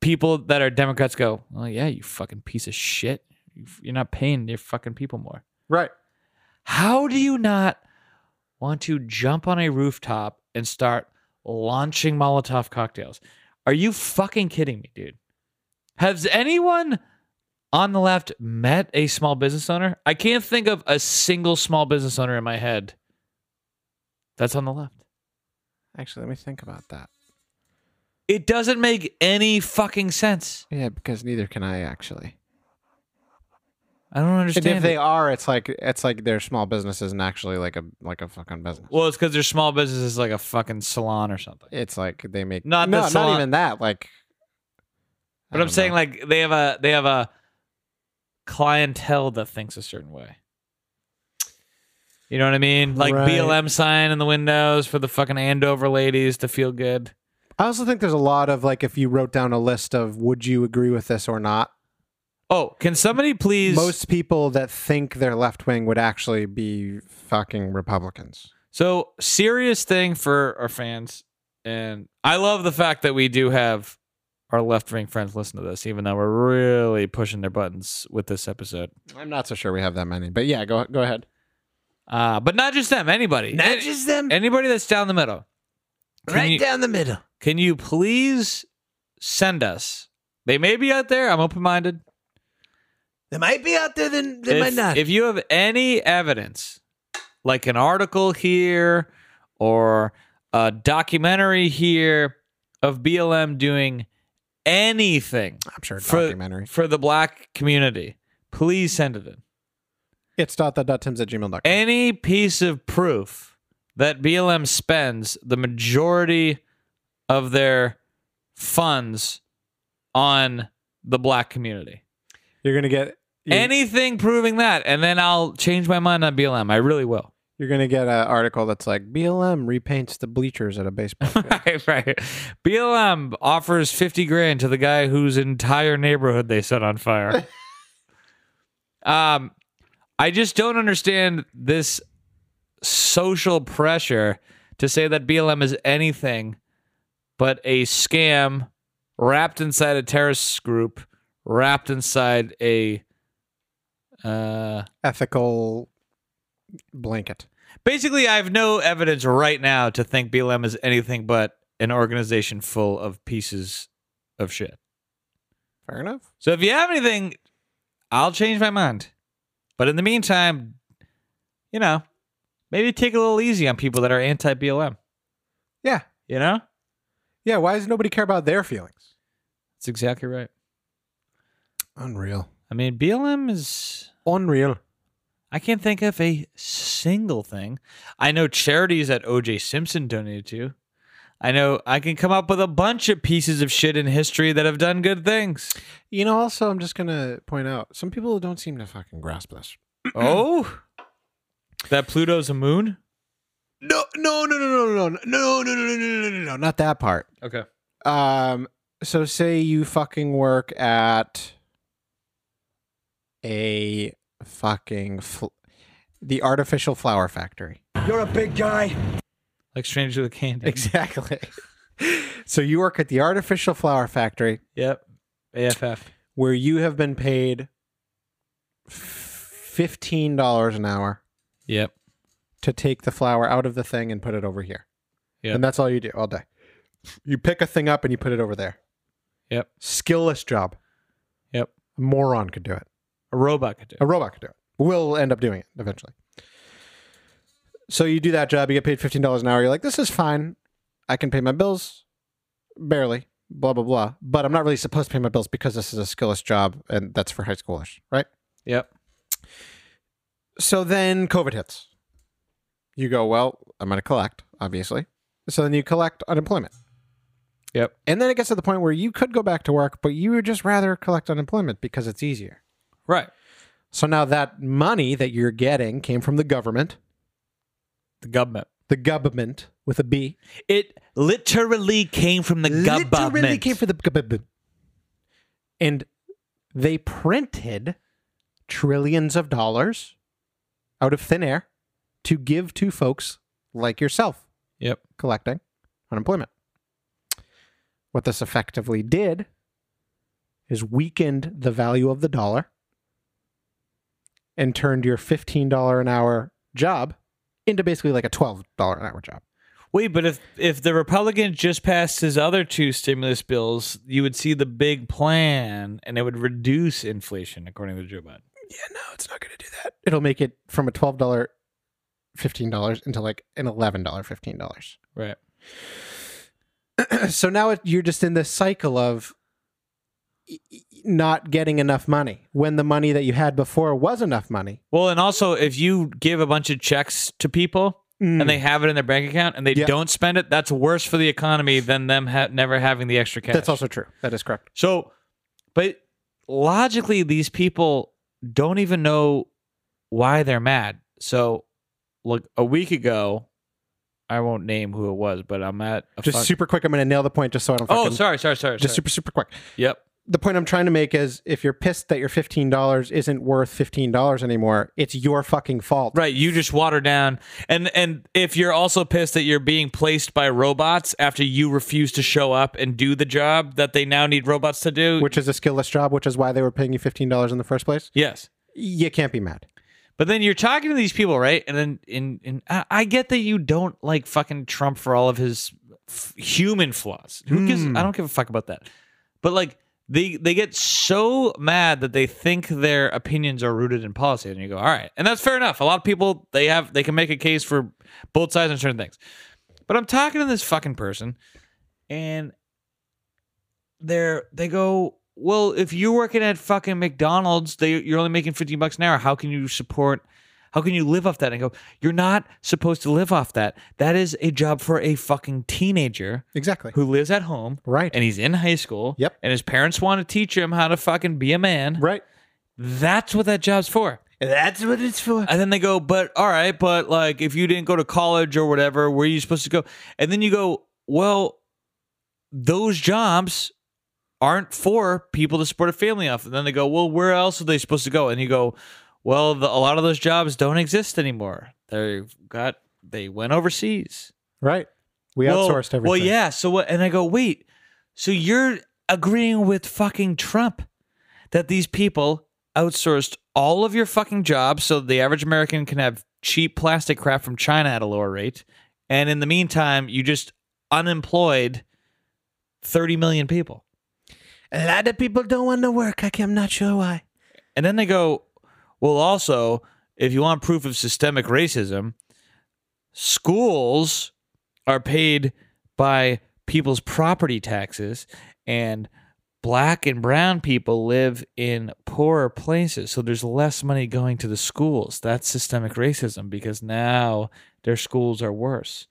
people that are Democrats go, oh, yeah, you fucking piece of shit. You're not paying your fucking people more.
Right.
How do you not want to jump on a rooftop and start launching Molotov cocktails? Are you fucking kidding me, dude? Has anyone on the left met a small business owner? I can't think of a single small business owner in my head that's on the left.
Actually, let me think about that.
It doesn't make any fucking sense.
Yeah, because neither can I actually.
I don't
And
understand.
if they
it.
are, it's like it's like their small business isn't actually like a like a fucking business.
well, it's because their small business is like a fucking salon or something.
It's like they make
Not
no,
the salon-
not even that. Like
But I'm saying like they have a they have a clientele that thinks a certain way. You know what I mean? Like
Right.
BLM sign in the windows for the fucking Andover ladies to feel good.
I also think there's a lot of like if you wrote down a list of would you agree with this or not.
Oh, can somebody please
Most people that think they're left wing would actually be fucking Republicans.
So serious thing for our fans, and I love the fact that we do have our left wing friends listen to this, even though we're really pushing their buttons with this episode.
I'm not so sure we have that many, but yeah, go go ahead.
Uh, but not just them, anybody, not just them, anybody that's down the middle, right down the middle. Can you please send us? They may be out there. I'm open minded.
They might be out there, then they
if,
might not.
If you have any evidence, like an article here or a documentary here of BLM doing anything, I'm
sure
for,
documentary.
for the black community, please send it in.
It's dot dot dot tims at gmail.com.
Any piece of proof that BLM spends the majority of their funds on the black community.
You're gonna get you-
Anything proving that, and then I'll change my mind on BLM. I really will.
You're gonna get an article that's like BLM repaints the bleachers at a
(laughs)
baseball. field."
right, right. BLM offers 50 grand to the guy whose entire neighborhood they set on fire. um, I just don't understand this social pressure to say that BLM is anything but a scam wrapped inside a terrorist group, wrapped inside a uh
ethical blanket.
Basically, I have no evidence right now to think BLM is anything but an organization full of pieces of shit.
Fair enough.
So if you have anything, I'll change my mind. But in the meantime, you know, maybe take it a little easy on people that are anti BLM.
Yeah.
You know?
Yeah. Why does nobody care about their feelings?
That's exactly right.
Unreal.
I mean, BLM is
unreal.
I can't think of a single thing. I know charities that OJ Simpson donated to. I know I can come up with a bunch of pieces of shit in history that have done good things.
You know, also, I'm just going to point out some people don't seem to fucking grasp this.
Oh, that Pluto's a moon?
No, no, no, no, no, no, no, no, no, no, no, no, no, no, no, not that part.
Okay.
Um, so say you fucking work at a fucking fl- the artificial flower factory.
You're a big guy.
Like Stranger with Candy.
Exactly. so you work at the artificial flower factory
(laughs) Yep. AFF.
where you have been paid $15 an hour
Yep.
to take the flower out of the thing and put it over here.
Yep.
And that's all you do all day. You pick a thing up and you put it over there.
Yep.
Skillless job.
Yep.
A moron could do it.
A robot could do it.
A robot could do it. We'll end up doing it eventually. So you do that job, you get paid $15 an hour. You're like, this is fine. I can pay my bills barely, blah, blah, blah. But I'm not really supposed to pay my bills because this is a skillless job and that's for high schoolish, right?
Yep.
So then COVID hits. You go, well, I'm going to collect, obviously. So then you collect unemployment.
Yep.
And then it gets to the point where you could go back to work, but you would just rather collect unemployment because it's easier.
Right.
So now that money that you're getting came from the government.
The government.
The government with a B.
It literally came from the
Literally
government.
came from the government. And they printed trillions of dollars out of thin air to give to folks like yourself.
Yep.
Collecting unemployment. What this effectively did is weakened the value of the dollar and turned your $15 an hour job into basically like a $12 an hour job.
Wait, but if if the Republicans just passed his other two stimulus bills, you would see the big plan, and it would reduce inflation, according to Joe Biden.
It'll make it from a $12 $15 into like an $11 $15.
Right.
(clears throat) so now it, you're just in this cycle of y- y- not getting enough money when the money that you had before was enough money.
Well, and also if you give a bunch of checks to people
Mm.
and they have it in their bank account and they
Yeah.
don't spend it, that's worse for the economy than them ha- never having the extra cash.
That's also true. That is correct.
So, but logically, these people don't even know why they're mad. So, look, a week ago, I won't name who it was, but I'm at a
Just
fuck- (laughs)
super quick, I'm going to nail the point just so I don't.
Oh,
fucking-
sorry, sorry, sorry,
Just
sorry.
super, super quick.
Yep.
The point I'm trying to make is if you're pissed that your $15 isn't worth $15 anymore, it's your fucking fault.
Right, you just water down, and and if you're also pissed that you're being placed by robots after you refuse to show up and do the job that they now need robots to do,
Which is a skillless job, which is why they were paying you $15 in the first place.
yes,
You can't be mad.
But then you're talking to these people, right? And then in in I I get that you don't like fucking Trump for all of his f- human flaws. Who gives?
Hmm.
I don't give a fuck about that. But like they they get so mad that they think their opinions are rooted in policy, and you go, all right, and that's fair enough. A lot of people they have they can make a case for both sides on certain things. But I'm talking to this fucking person, and they're they go well if you're working at fucking mcdonald's they, you're only making 15 bucks an hour how can you support how can you live off that and I go you're not supposed to live off that that is a job for a fucking teenager
exactly
who lives at home
right
and he's in high school
yep
and his parents want to teach him how to fucking be a man
right
that's what that job's for
That's what it's for.
and then they go, but all right, but like if you didn't go to college or whatever, where are you supposed to go? And then you go, well, those jobs aren't for people to support a family off. And then they go, well, where else are they supposed to go? And you go, well, the, a lot of those jobs don't exist anymore. They got they went overseas.
Right. We
Well-
outsourced everything.
Well, yeah. So what? And I go, wait. So you're agreeing with fucking Trump that these people outsourced all of your fucking jobs so the average American can have cheap plastic crap from China at a lower rate, and in the meantime, you just unemployed thirty million people.
A lot of people don't want to work. I can, I'm not sure why.
And then they go, well, also, if you want proof of systemic racism, schools are paid by people's property taxes, and black and brown people live in poorer places. So there's less money going to the schools. That's systemic racism because now their schools are worse.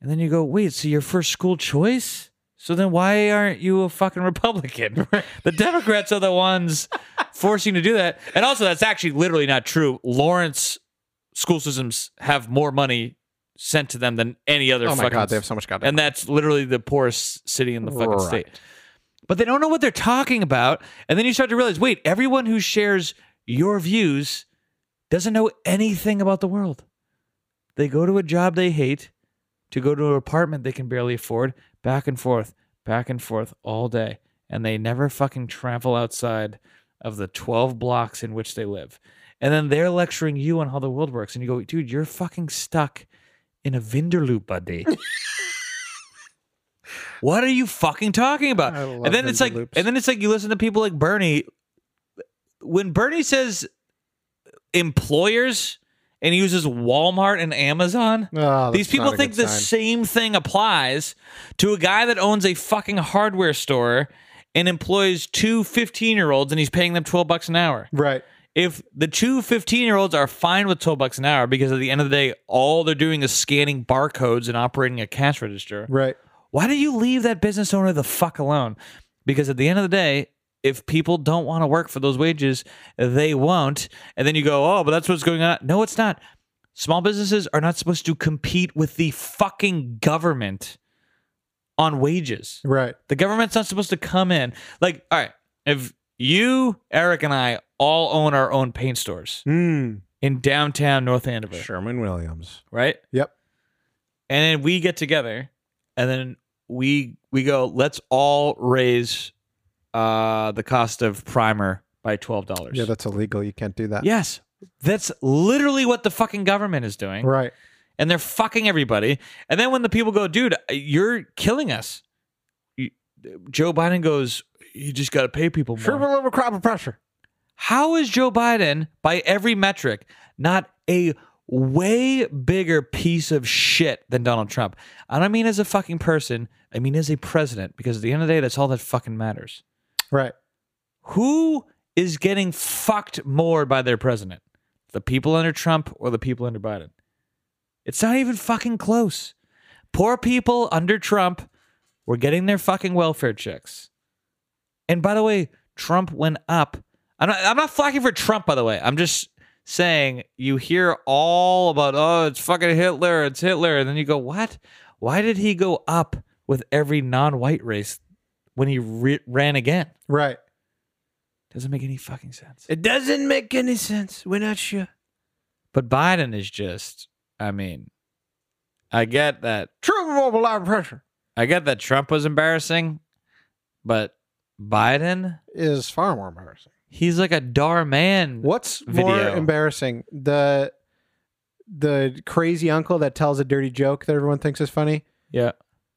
And then you go, wait, so your first school choice? So then why aren't you a fucking Republican? (laughs) the Democrats are
(laughs)
the ones forcing you to do that. And also, that's actually literally not true. Lawrence school systems have more money sent to them than any other
Oh my
fucking
God, they have so much goddamn
And that's literally the poorest city in the fucking
Right.
state but they don't know what they're talking about. And then you start to realize wait, everyone who shares your views doesn't know anything about the world. They go to a job they hate to go to an apartment they can barely afford, back and forth, back and forth all day. And they never fucking travel outside of the 12 blocks in which they live. And then they're lecturing you on how the world works. And you go, dude, you're fucking stuck in a Vinderloop, buddy. What are you fucking talking about? And then it's like, and then it's like you listen to people like Bernie. When Bernie says employers and he uses Walmart and Amazon,
Oh,
these
that's not
people
a
think
good
the
sign.
same thing applies to a guy that owns a fucking hardware store and employs two 15 year olds and he's paying them 12 bucks an hour.
Right.
If the two 15 year olds are fine with 12 bucks an hour because at the end of the day, all they're doing is scanning barcodes and operating a cash register.
Right.
Why do you leave that business owner the fuck alone? Because at the end of the day, if people don't want to work for those wages, they won't. And then you go, oh, but that's what's going on. No, it's not. Small businesses are not supposed to compete with the fucking government on wages.
Right.
The government's not supposed to come in. Like, all right, if you, Eric, and I all own our own paint stores
Hmm.
in downtown North Andover,
Sherman Williams.
right?
Yep.
And then we get together, and then we we go. Let's all raise uh, the cost of primer by twelve dollars.
Yeah, that's illegal. You can't do that.
Yes. That's literally what the fucking government is doing.
Right.
And they're fucking everybody. And then when the people go, dude, you're killing us, you- Joe Biden goes, you just got to pay people more.
Sure, a little crop of pressure.
How is Joe Biden, by every metric, not a way bigger piece of shit than Donald Trump? I don't mean as a fucking person, I mean as a president, because at the end of the day, that's all that fucking matters.
Right.
Who is getting fucked more by their president? The people under Trump or the people under Biden? It's not even fucking close. Poor people under Trump were getting their fucking welfare checks. And by the way, Trump went up. I'm not, I'm not flacking for Trump, by the way. I'm just saying you hear all about, oh, it's fucking Hitler, it's Hitler. And then you go, what? Why did he go up with every non white race when he re- ran again?
Right.
Doesn't make any fucking sense.
It doesn't make any sense. We're not sure.
But Biden is just, I mean, I get that.
Trump mobile lot of pressure.
I get that Trump was embarrassing, but Biden,
Is far more embarrassing.
he's like a dar man.
What's
video.
more embarrassing? The the crazy uncle that tells a dirty joke that everyone thinks is funny?
Yeah.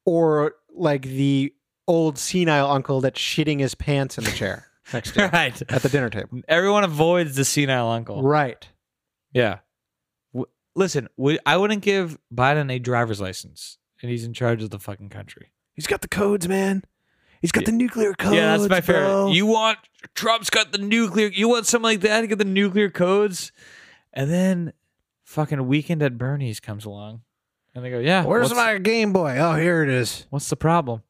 Or like the old senile uncle that's shitting his pants in
(laughs)
the chair
(laughs)
next to him
right.
at the dinner table.
Everyone avoids the senile uncle.
Right.
Yeah. W- listen, we, I wouldn't give Biden a driver's license, and he's in charge of the fucking country.
He's got the codes, man. He's got the nuclear codes.
yeah, that's my
bro.
favorite. You want Trump's got the nuclear. You want someone like that to get the nuclear codes, and then fucking weekend at Bernie's comes along, and they go, "Yeah,
Where's
what's-
my Game Boy? Oh, here it is.
What's the problem?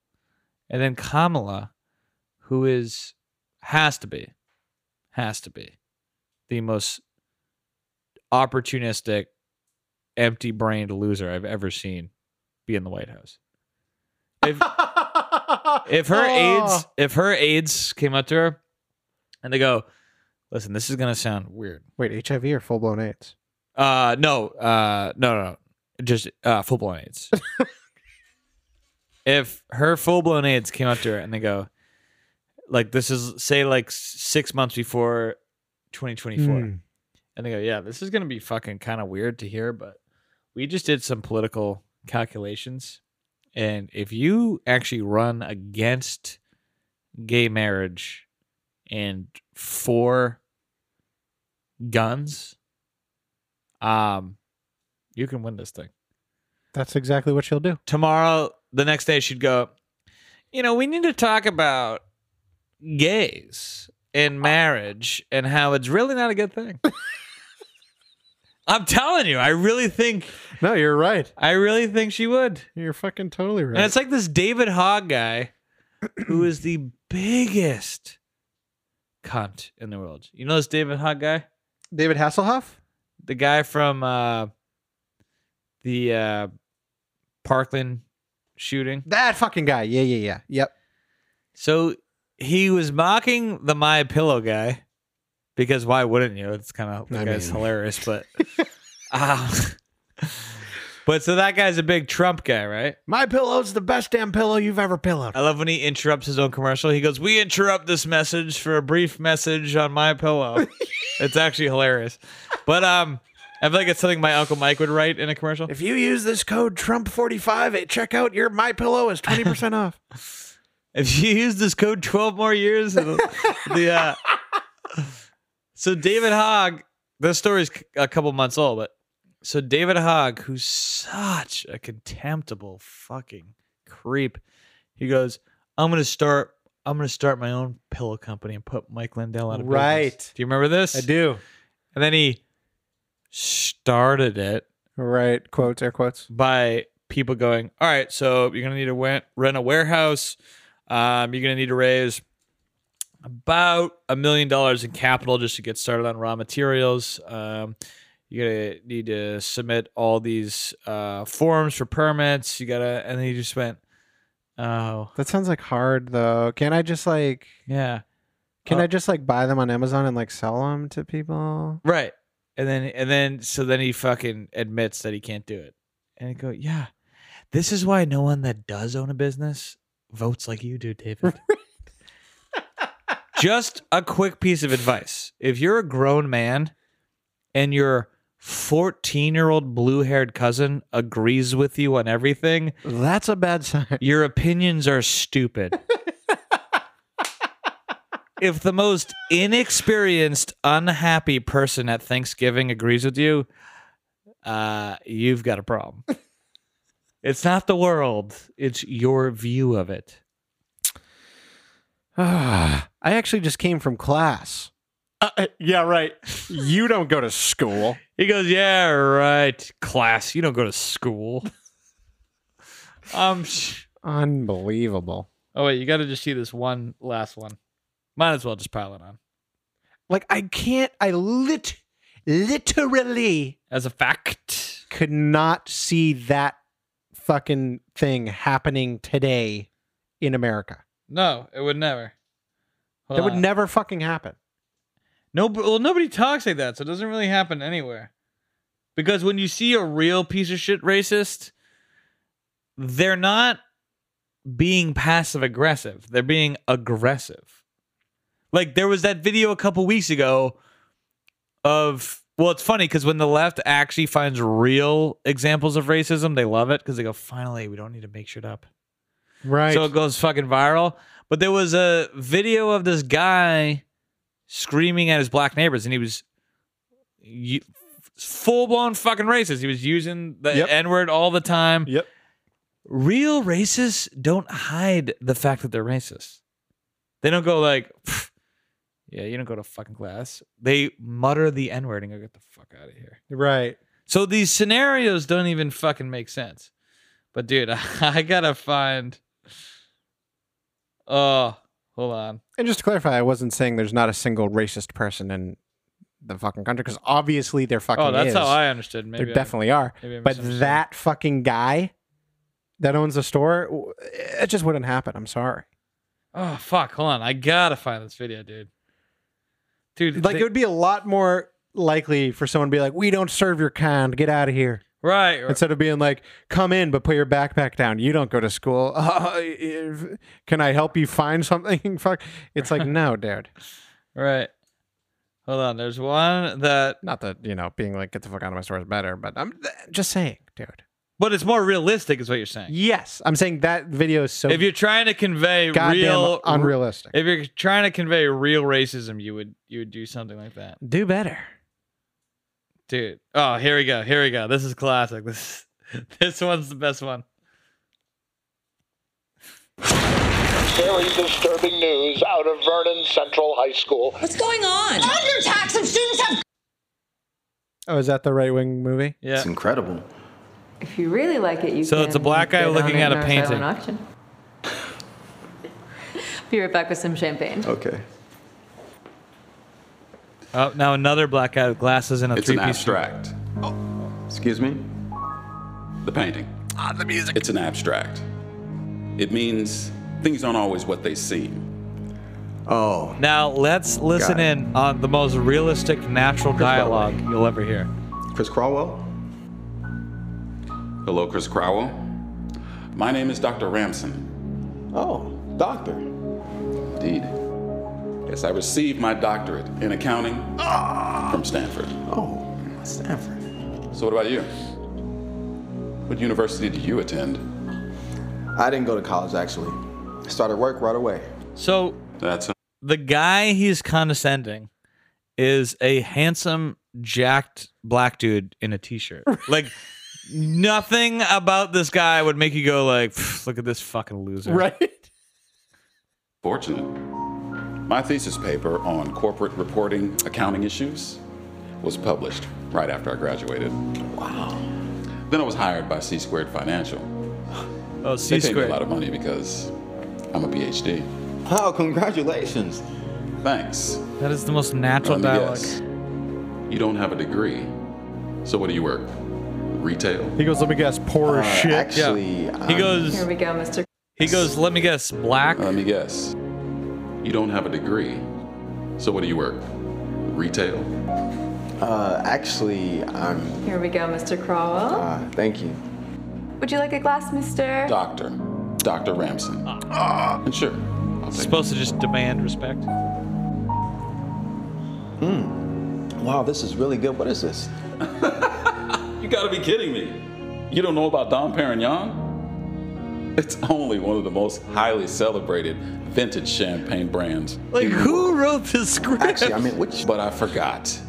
And then Kamala, who is has to be, has to be the most opportunistic, empty brained loser I've ever seen be in the White House.
(laughs)
If, (laughs) if her
Oh.
aides if her aides came up to her and they go, Listen, this is gonna sound weird.
Wait, HIV or full blown AIDS?
Uh no, uh no no, no. Just uh full blown AIDS. if her full blown AIDS came up to her and they go, like this is say like s- six months before twenty twenty four
Mm.
and they go, Yeah, this is gonna be fucking kinda weird to hear, but we just did some political calculations. And if you actually run against gay marriage and for guns, um, you can win this thing.
That's exactly what she'll do.
Tomorrow, the next day, she'd go, You know, we need to talk about gays and marriage and how it's really not a good
(laughs)
thing. I'm telling you, I really think,
No, you're right.
I really think she would.
You're fucking totally right.
And it's like this David Hogg guy (clears throat) who is the biggest cunt in the world. You know this David Hogg guy?
David Hasselhoff?
The guy from uh the uh Parkland shooting.
That fucking guy. Yeah, yeah, yeah. Yep.
So he was mocking the My Pillow guy because why wouldn't you? It's kind of
I
the guy's
mean-
hilarious,
(laughs)
but uh, (laughs) but so that guy's a big Trump guy, right?
My pillow's the best damn pillow you've ever pillowed.
I love when he interrupts his own commercial. He goes, "We interrupt this message for a brief message on
(laughs)
my pillow." it's actually hilarious, but um, I feel like it's something my uncle Mike would write in a commercial.
If you use this code Trump45 at checkout, your My Pillow is
(laughs)
20% off.
If you use this code 12 more years, it'll- the uh, so David Hogg, this story's c- a couple months old, but so David Hogg, who's such a contemptible fucking creep, he goes, "I'm gonna start, I'm gonna start my own pillow company and put Mike Lindell out of business."
Right.
Do you remember this?
I do.
And then he started it
Right. Quotes, air quotes.
by people going, all right, so you're going to need to rent, rent a warehouse. Um, you're going to need to raise about a million dollars in capital just to get started on raw materials. Um, you gotta need to submit all these uh, forms for permits. You gotta, and then you just spent. Oh,
That sounds like hard though. Can I just like
yeah? Uh,
Can I just like buy them on Amazon and like sell them to people? (sighs)
Right. And then and then so then he fucking admits that he can't do it. And I go, Yeah. This is why no one that does own a business votes like you do, David. Just a quick piece of advice. If you're a grown man and your 14 year old blue haired cousin agrees with you on everything,
that's a bad sign. (laughs)
Your opinions are stupid if the most inexperienced, unhappy person at Thanksgiving agrees with you, uh, you've got
(laughs)
a problem. it's not the world; it's your view of it.
I actually just came from class. Uh, yeah, right. You don't go to school.
He goes, "Yeah, right, class. You don't go
(laughs)
to school." um, sh-
Unbelievable.
oh wait, you got to just see this one last one. Might as well just pile it on
Like I can't. I lit literally.
as a fact.
Could not see that fucking thing happening today in America.
No, it would never. Hold
that would
on.
never fucking happen.
No, but- well, nobody talks like that, so it doesn't really happen anywhere. Because when you see a real piece of shit racist, they're not being passive aggressive. They're being aggressive. Like there was that video a couple weeks ago of well, it's funny because when the left actually finds real examples of racism, they love it because they go, "Finally, we don't need to make shit up."
Right.
So it goes fucking viral. But there was a video of this guy screaming at his black neighbors, and he was full blown fucking racist. He was using the N word all the time.
Yep.
Real racists don't hide the fact that they're racist. They don't go like, "Pff, yeah, you don't go to fucking class. They mutter the N word and go, get the fuck out of here.
Right.
So these scenarios don't even fucking make sense. But dude, (laughs) I gotta find. Oh, hold on.
And just to clarify, I wasn't saying there's not a single racist person in the fucking country because obviously there fucking
Oh, that's
is.
how I understood. Maybe
there
I-
definitely are.
maybe I
But
misunderstood.
that fucking guy that owns the store, w- it just wouldn't happen. I'm sorry.
Oh fuck, hold on. I gotta find this video, dude. Dude,
Like
they-
it would be a lot more likely for someone to be like, "We don't serve your kind. Get out of here."
right, right.
Instead of being like, "Come in, but put your backpack down. You don't go to school. (laughs) Uh,
(laughs)
if- can I help you find something?" (laughs) Fuck. It's like, no, (laughs) dude.
right. Hold on. There's one that,
Not that you know, being like, "Get the fuck out of my store" is better, but I'm th- just saying, dude.
but it's more realistic, is what you're saying.
Yes, I'm saying that video is so.
if you're trying to convey
Goddamn
real
unrealistic.
if you're trying to convey real racism, you would you would do something like that,
do better.
dude. Oh, here we go. Here we go. This is classic. (laughs) This this one's the best one.
Very disturbing news out of Vernon Central High School. What's going on? Undertax! Some students have
Oh, is that the right wing movie?
Yeah, it's
incredible.
If you really like it, you
So
can.
it's a black guy
go down
looking
there
at a
and have
painting.
silent
(laughs)
auction. Be right back with some champagne.
Okay. Oh, now another black guy with glasses and a
It's an
three piece
abstract. Oh, Excuse me? The painting. Ah, the music. It's an abstract. It means things aren't always what they seem.
Oh. Now let's listen
it.
in on the most realistic natural dialogue you'll ever hear.
Chris Crowell? Hello, Chris Crowell. My name is Dr. Ramson. Oh, doctor. Indeed. Yes, I received my doctorate in accounting from Stanford. Ah. Oh, Stanford. So, what about you? What university did you attend? I didn't go to college, actually. I started work right away.
So
That's
the guy he's condescending is a handsome, jacked black dude in a t-shirt. Like nothing about this guy would make you go like, "Pff, look at this fucking loser.
Right.
Fortunate. My thesis paper on corporate reporting accounting issues was published right after I graduated. Wow. Then I was hired by C Squared Financial.
Oh,
They
C
paid me a
squared.
lot of money because I'm a PhD.
Oh, congratulations.
Thanks.
That is the most natural
Let me
dialogue.
guess. You don't have a degree. So what do you work? Retail.
He goes, let me guess, poor
as Uh, shit." actually, um,
he
I'm-
goes,
Here we go, Mr.
he goes, let me guess, black.
Let me guess. You don't have a degree. So what do you work? Retail.
Uh, actually, I'm.
Here we go, Mr. Crowell.
Uh, thank you.
Would you like a glass, Mister?
Doctor. Dr. Ramson. And sure.
Ah. Supposed to just demand respect.
Mm. Wow, this is really good. What is this?
You gotta be kidding me. You don't know about Dom Perignon? It's only one of the most highly celebrated vintage champagne brands.
Like, who wrote this script?
Actually, I meant which? But I forgot.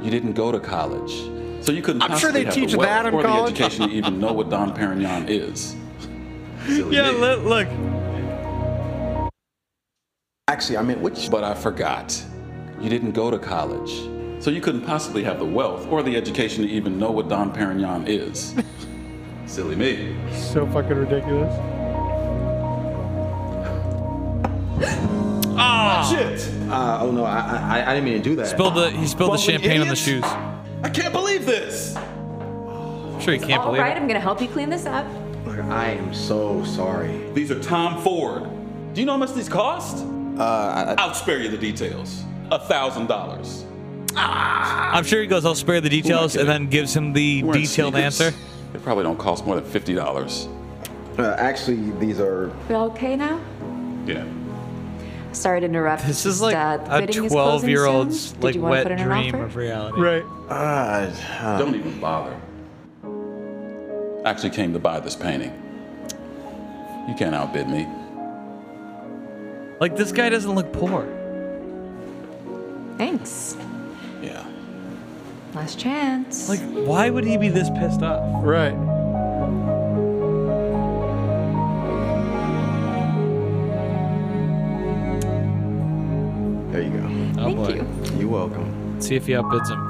You didn't go to college. So you couldn't
I'm sure
possibly
they
have
teach
the wealth
that in
or
college.
the education to even know what Dom
(laughs)
Perignon is.
yeah, let, look.
Actually, I meant which? But I forgot. You didn't go to college. So you couldn't possibly have the wealth or the education to even know what Dom Perignon is. (laughs) Silly me.
So fucking ridiculous.
Ah!
Shit! Uh, oh no, I, I- I I didn't mean to do that.
Spilled the, he spilled the
Bumbling
champagne on the
idiots.
shoes.
I can't believe this.
I'm sure he can't
All
believe
right,
it.
I'm gonna help you clean this up.
Look, I am so sorry.
These are Tom Ford. Do you know how much these cost?
Uh, I,
I'll spare you the details. A thousand dollars.
I'm sure he goes, I'll spare the details, and then gives him the detailed answer.
They probably don't cost more than fifty dollars.
Uh, actually, these are.
We all okay now?
Yeah.
Sorry to interrupt.
This is like
uh, the
a
bidding is closing
12-year-old's,
soon.
like,
Did you wanna
wet
put in an
dream
offer?
of reality.
Right.
Uh, uh,
Don't even bother. Actually, came to buy this painting. You can't outbid me.
Like, this guy doesn't look poor.
Thanks.
Yeah.
Last chance.
Like, why would he be this pissed off?
Right.
There you go.
Oh, boy.
You're welcome.
See if he outbids him.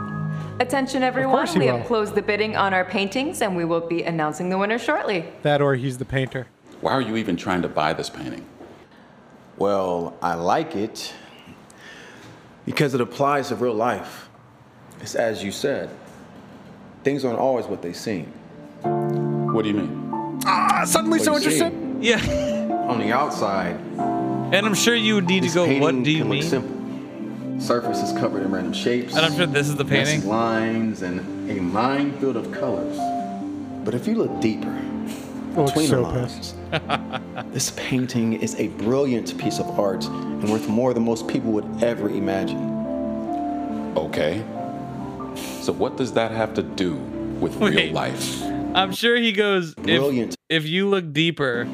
Attention, everyone.
course he
we
will.
have closed the bidding on our paintings, and we will be announcing the winner shortly.
That or he's the painter.
Why are you even trying to buy this painting?
Well, I like it because it applies to real life. It's as you said, things aren't always what they seem.
What do you mean?
Ah, suddenly
What
so
you see
interested.
Yeah.
On the outside,
And I'm sure you would need to
this
go,
painting
what do you
can
mean?
look simple. Surface is covered in random shapes.
And I'm sure this is the
messy
painting.
lines and a minefield of colors. But if you look deeper,
looks
between
Oh, so
the
(laughs)
lines, this painting is a brilliant piece of art and worth more than most people would ever imagine.
Okay. So what does that have to do with real life?
I'm sure he goes, if,
Brilliant.
if you look deeper,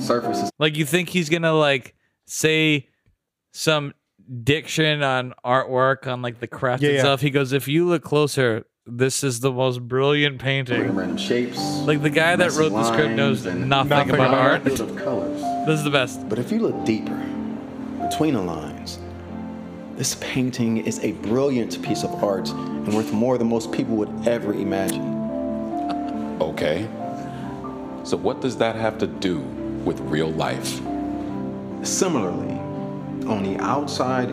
surfaces.
Like, you think he's going to, like, say some diction on artwork, on, like, the craft
Yeah,
and
yeah.
stuff. He goes, if you look closer, this is the most brilliant painting.
Random shapes.
Like, the guy that
messy
wrote the script knows
lines and
nothing,
a
about art.
minefield of colors.
This is the best.
But if you look deeper, between the lines, this painting is a brilliant piece of art and worth more than most people would ever imagine.
Okay. So what does that have to do with real life?
Similarly, on the outside,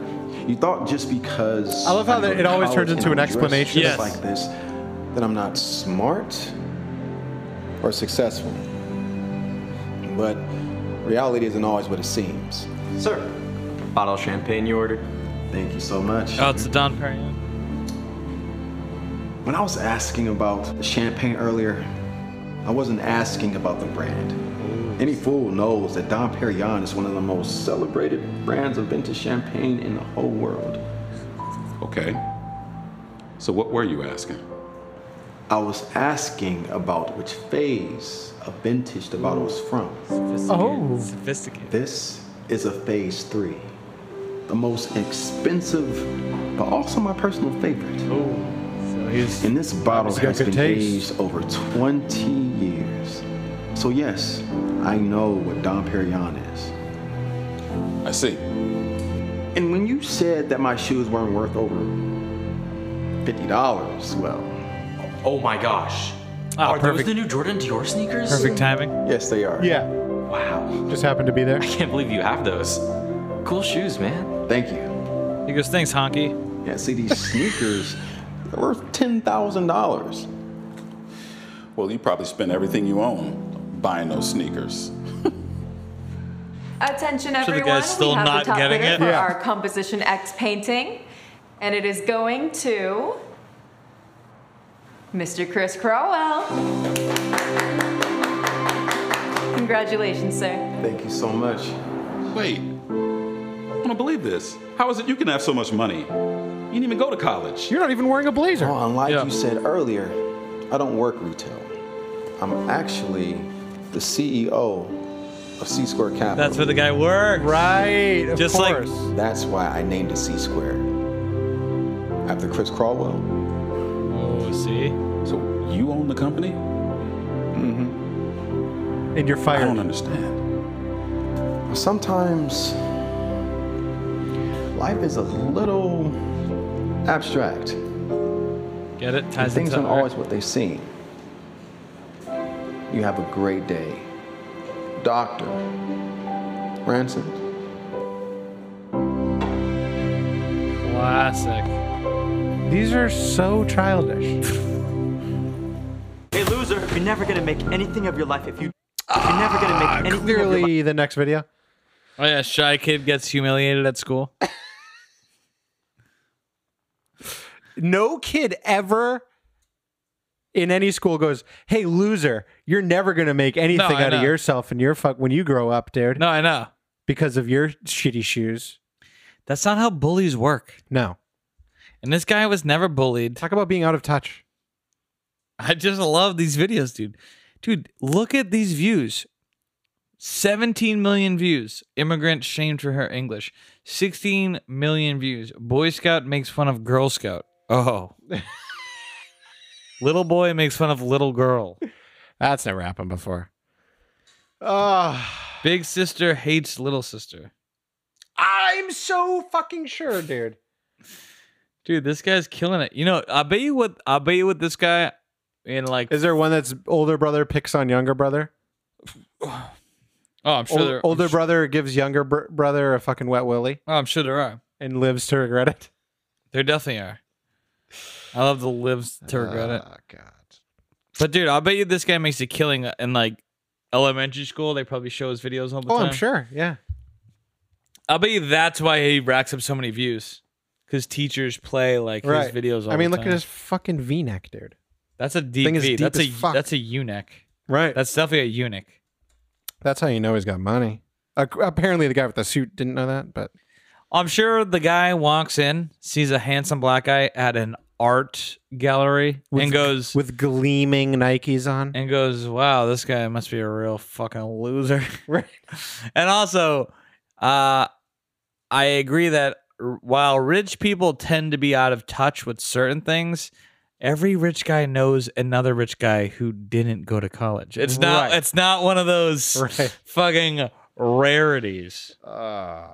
you thought just because
I love how that
go to
it always
college
turns into an
and I'm dressed
explanation. Yes.
just like this that I'm not smart or successful. But reality isn't always what it seems. Sir, bottle of champagne you ordered. Thank you so much.
Oh, it's the Don Perignon.
When I was asking about the champagne earlier, I wasn't asking about the brand. Any fool knows that Dom Perignon is one of the most celebrated brands of vintage champagne in the whole world.
Okay. So what were you asking?
I was asking about which phase of vintage the bottle was from.
Oh. Sophisticated.
This is a phase three, the most expensive, but also my personal favorite.
Oh, so he's
and this bottle
obviously got
has
good
been
taste.
aged over 20 years. So yes, I know what Dom Perignon is.
I see.
And when you said that my shoes weren't worth over fifty dollars, well,
Oh my gosh.
Ah,
Are those
perfect.
the new Jordan Dior sneakers?
Perfect timing.
Yes, they are.
Yeah.
Wow.
Just happened to be there.
I can't believe you have those. Cool shoes, man.
Thank you.
He goes, thanks, honky.
Yeah, see these
(laughs)
sneakers, they're worth ten thousand dollars.
Well, you probably spend everything you own buying those sneakers.
Attention,
So the
everyone.
guy's still
we have
not
the top
getting
bidder
it?
for
Yeah.
our composition X painting, and it is going to Mr. Chris Crowell. Congratulations, sir.
Thank you so much. Wait, I don't believe this. How is it you can have so much money? You didn't even go to college.
You're not even wearing a blazer. Oh, and like you said earlier, I don't work retail. I'm actually the CEO of C Square Capital.
That's where the guy works.
Right.
of Just like-
that's why I named it C Square. After Chris Crawwell.
Oh, see.
So you own the company?
Mm-hmm.
And you're fired.
I don't understand.
Sometimes life is a little abstract.
Get it?
And
Ties
things
into
aren't always what they seem. You have a great day. Doctor. Ransom.
Classic.
These are so childish.
Hey, loser, you're never gonna make anything of your life if you. You're never gonna make anything of your life.
Ah, Clearly, the next video.
Oh yeah, shy kid gets humiliated at school.
No kid ever in any school goes, "Hey, loser, you're never gonna make anything
I
out
know.
of yourself and your fuck when you grow up, dude."
No, I know.
Because of your shitty shoes.
That's not how bullies work.
No.
And this guy was never bullied.
Talk about being out of touch.
I just love these videos, dude. Dude, look at these views. 17 million views. Immigrant shamed for her English. 16 million views. Boy Scout makes fun of Girl Scout.
(laughs)
Oh. little boy makes fun of little girl.
That's never happened before.
Big sister hates little sister.
I'm so fucking sure, dude.
Dude, this guy's killing it. You know, I bet you what I bet you what this guy in like
Is there one that's older brother picks on younger brother?
Oh, I'm sure
Ol-
there
older brother gives younger br- brother a fucking wet willy
Oh, I'm sure there are.
and lives to regret it.
There definitely are. I love the lives
Ah,
to regret it. God. But dude, I'll bet you this guy makes a killing in like elementary school. They probably show his videos all the
Oh,
time.
I'm sure. Yeah.
I'll bet you that's why he racks up so many views. Because teachers play like
right.
his videos all
I mean,
the
look
time.
at his fucking V neck, dude.
That's a deep
thing is
V.
deep
That's
as
a
fuck.
that's a eunuch.
Right.
That's definitely a eunuch.
That's how you know he's got money. Ac- apparently, the guy with the suit didn't know that, but
I'm sure the guy walks in, sees a handsome black guy at an art gallery, and goes
with gleaming Nikes on.
and goes, "Wow, this guy must be a real fucking loser." (laughs) Right. and also, uh, I agree that r- while rich people tend to be out of touch with certain things, every rich guy knows another rich guy who didn't go to college. It's not.
Right.
It's not one of those
(laughs) Right.
fucking rarities.
Ah.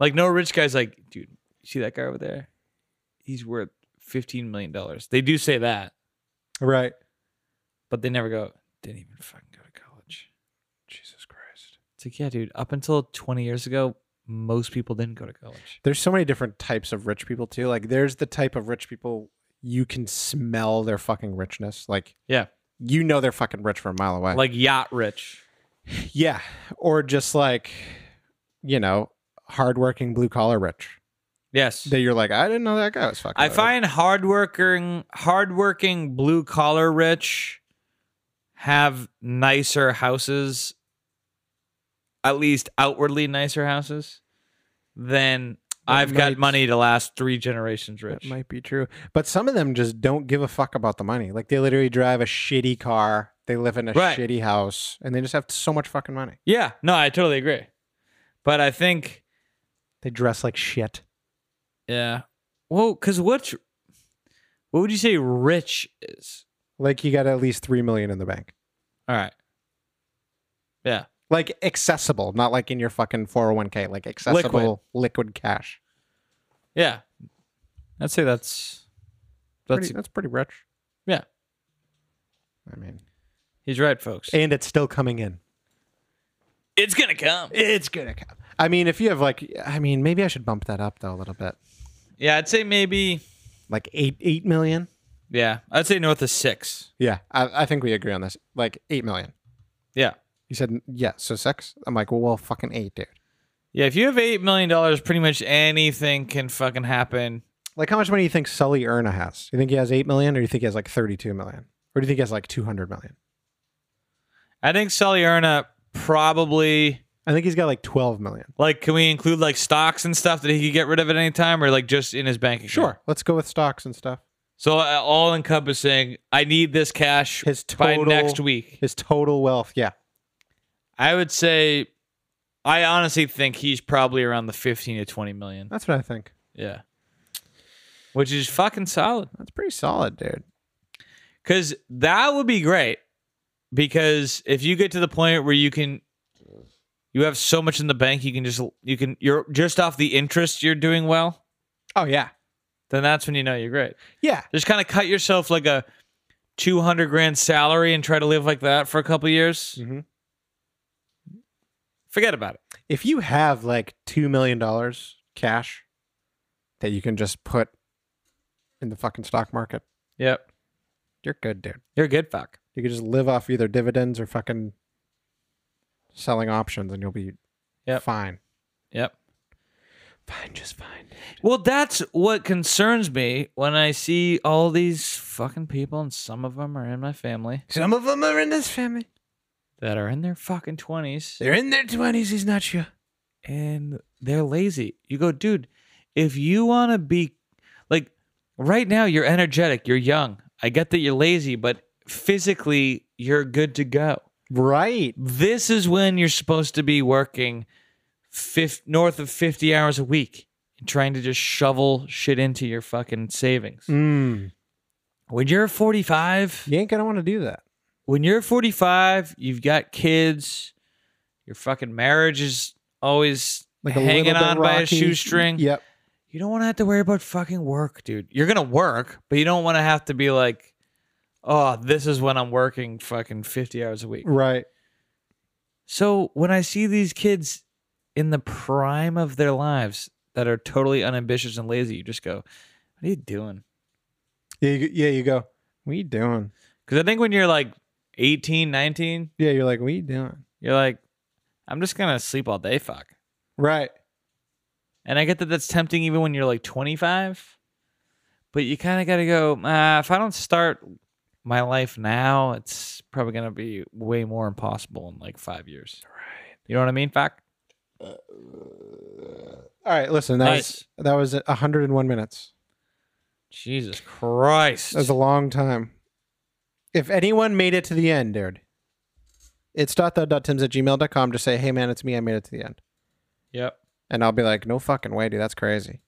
like no rich guy's like, dude, you see that guy over there? He's worth fifteen million dollars. They do say that,
Right.
but they never go. Didn't even fucking go to college. Jesus Christ. It's like, yeah, dude. Up until twenty years ago, most people didn't go to college.
There's so many different types of rich people too. Like, there's the type of rich people you can smell their fucking richness. Like,
Yeah,
you know they're fucking rich from a mile away.
like yacht rich.
yeah, or just like, you know, hardworking blue collar rich.
Yes.
That you're like, I didn't know that guy was fucking.
I
rich."
find hardworking, hardworking blue collar rich have nicer houses, at least outwardly nicer houses, than I've got
might-
money to last three generations
That
rich.
might be true. But some of them just don't give a fuck about the money. Like they literally drive a shitty car, they live in a
Right.
shitty house, and they just have so much fucking money.
Yeah, no, I totally agree. But I think,
They dress like shit.
yeah, well, because what, what would you say rich is?
Like you got at least 3 million in the bank.
All right, yeah,
Like accessible, not like in your fucking 401k, like accessible liquid, cash.
yeah, I'd say that's that's
Pretty- that's pretty rich.
yeah.
I mean,
he's right, folks.
And it's still coming in.
It's gonna come.
It's gonna come. I mean, if you have like, I mean, maybe I should bump that up though a little bit,
Yeah, I'd say maybe.
like eight eight million.
Yeah, I'd say north of six.
Yeah, I, I think we agree on this. Like eight million.
Yeah.
You said yeah, so six. I'm like, well, well, fucking eight, dude.
Yeah, if you have eight million dollars, pretty much anything can fucking happen.
Like, how much money do you think Sully Erna has? Do you think he has eight million, or do you think he has like thirty-two million, or do you think he has like two hundred million?
I think Sully Erna probably.
I think he's got like twelve million.
Like, can we include like stocks and stuff that he could get rid of at any time, or like just in his bank account?
Sure, let's go with stocks and stuff.
So uh, all encompassing. I need this cash
His
by
total
next week.
His total wealth, yeah.
I would say. I honestly think he's probably around the fifteen to twenty million.
That's what I think.
Yeah. Which is fucking solid.
That's pretty solid, dude.
Cause that would be great. Because if you get to the point where you can you have so much in the bank you can just you can you're just off the interest you're doing well.
Oh yeah.
Then that's when you know you're great.
Yeah.
Just kind of cut yourself like a two hundred grand salary and try to live like that for a couple years.
Mm-hmm.
Forget about it.
If you have like two million dollars cash that you can just put in the fucking stock market,
Yep.
you're good, dude.
You're a good fuck.
You can just live off either dividends or fucking selling options, and you'll be
Yep.
fine.
Yep.
Fine, just fine.
Well, that's what concerns me when I see all these fucking people, and some of them are in my
(laughs)
family
Some of them are in this family.
that are in their fucking 20s.
They're in their 20s. He's not sure.
and they're lazy. You go, dude, if you want to be like right now, you're energetic, you're young. I get that you're lazy, but physically, you're good to go.
Right.
This is when you're supposed to be working fif- north of 50 hours a week and trying to just shovel shit into your fucking savings.
Mm.
When you're 45,
You ain't gonna want to do that.
when you're 45, you've got kids, your fucking marriage is always
Like a
hanging
little bit
on by a
rocky.
shoestring.
Yep.
You don't want to have to worry about fucking work, dude. You're going to work, but you don't want to have to be like, oh, this is when I'm working fucking 50 hours a week.
Right.
So when I see these kids in the prime of their lives that are totally unambitious and lazy, you just go, what are you doing?
Yeah. You, yeah. You go. What you doing?
Because I think when you're like 18, 19,
Yeah. You're like, what you doing?
You're like, I'm just gonna sleep all day, fuck.
Right.
And I get that that's tempting even when you're like 25, but you kind of gotta go. Uh, if I don't start my life now, it's probably gonna be way more impossible in like five years. Right. You know what I mean? Fuck.
All right. Listen. That was that was 101 minutes.
Jesus Christ.
That was a long time. If anyone made it to the end, dude, it's dot.though.tims at gmail.com. Just say, hey, man, it's me. I made it to the end.
Yep.
And I'll be like, no fucking way, dude. That's crazy.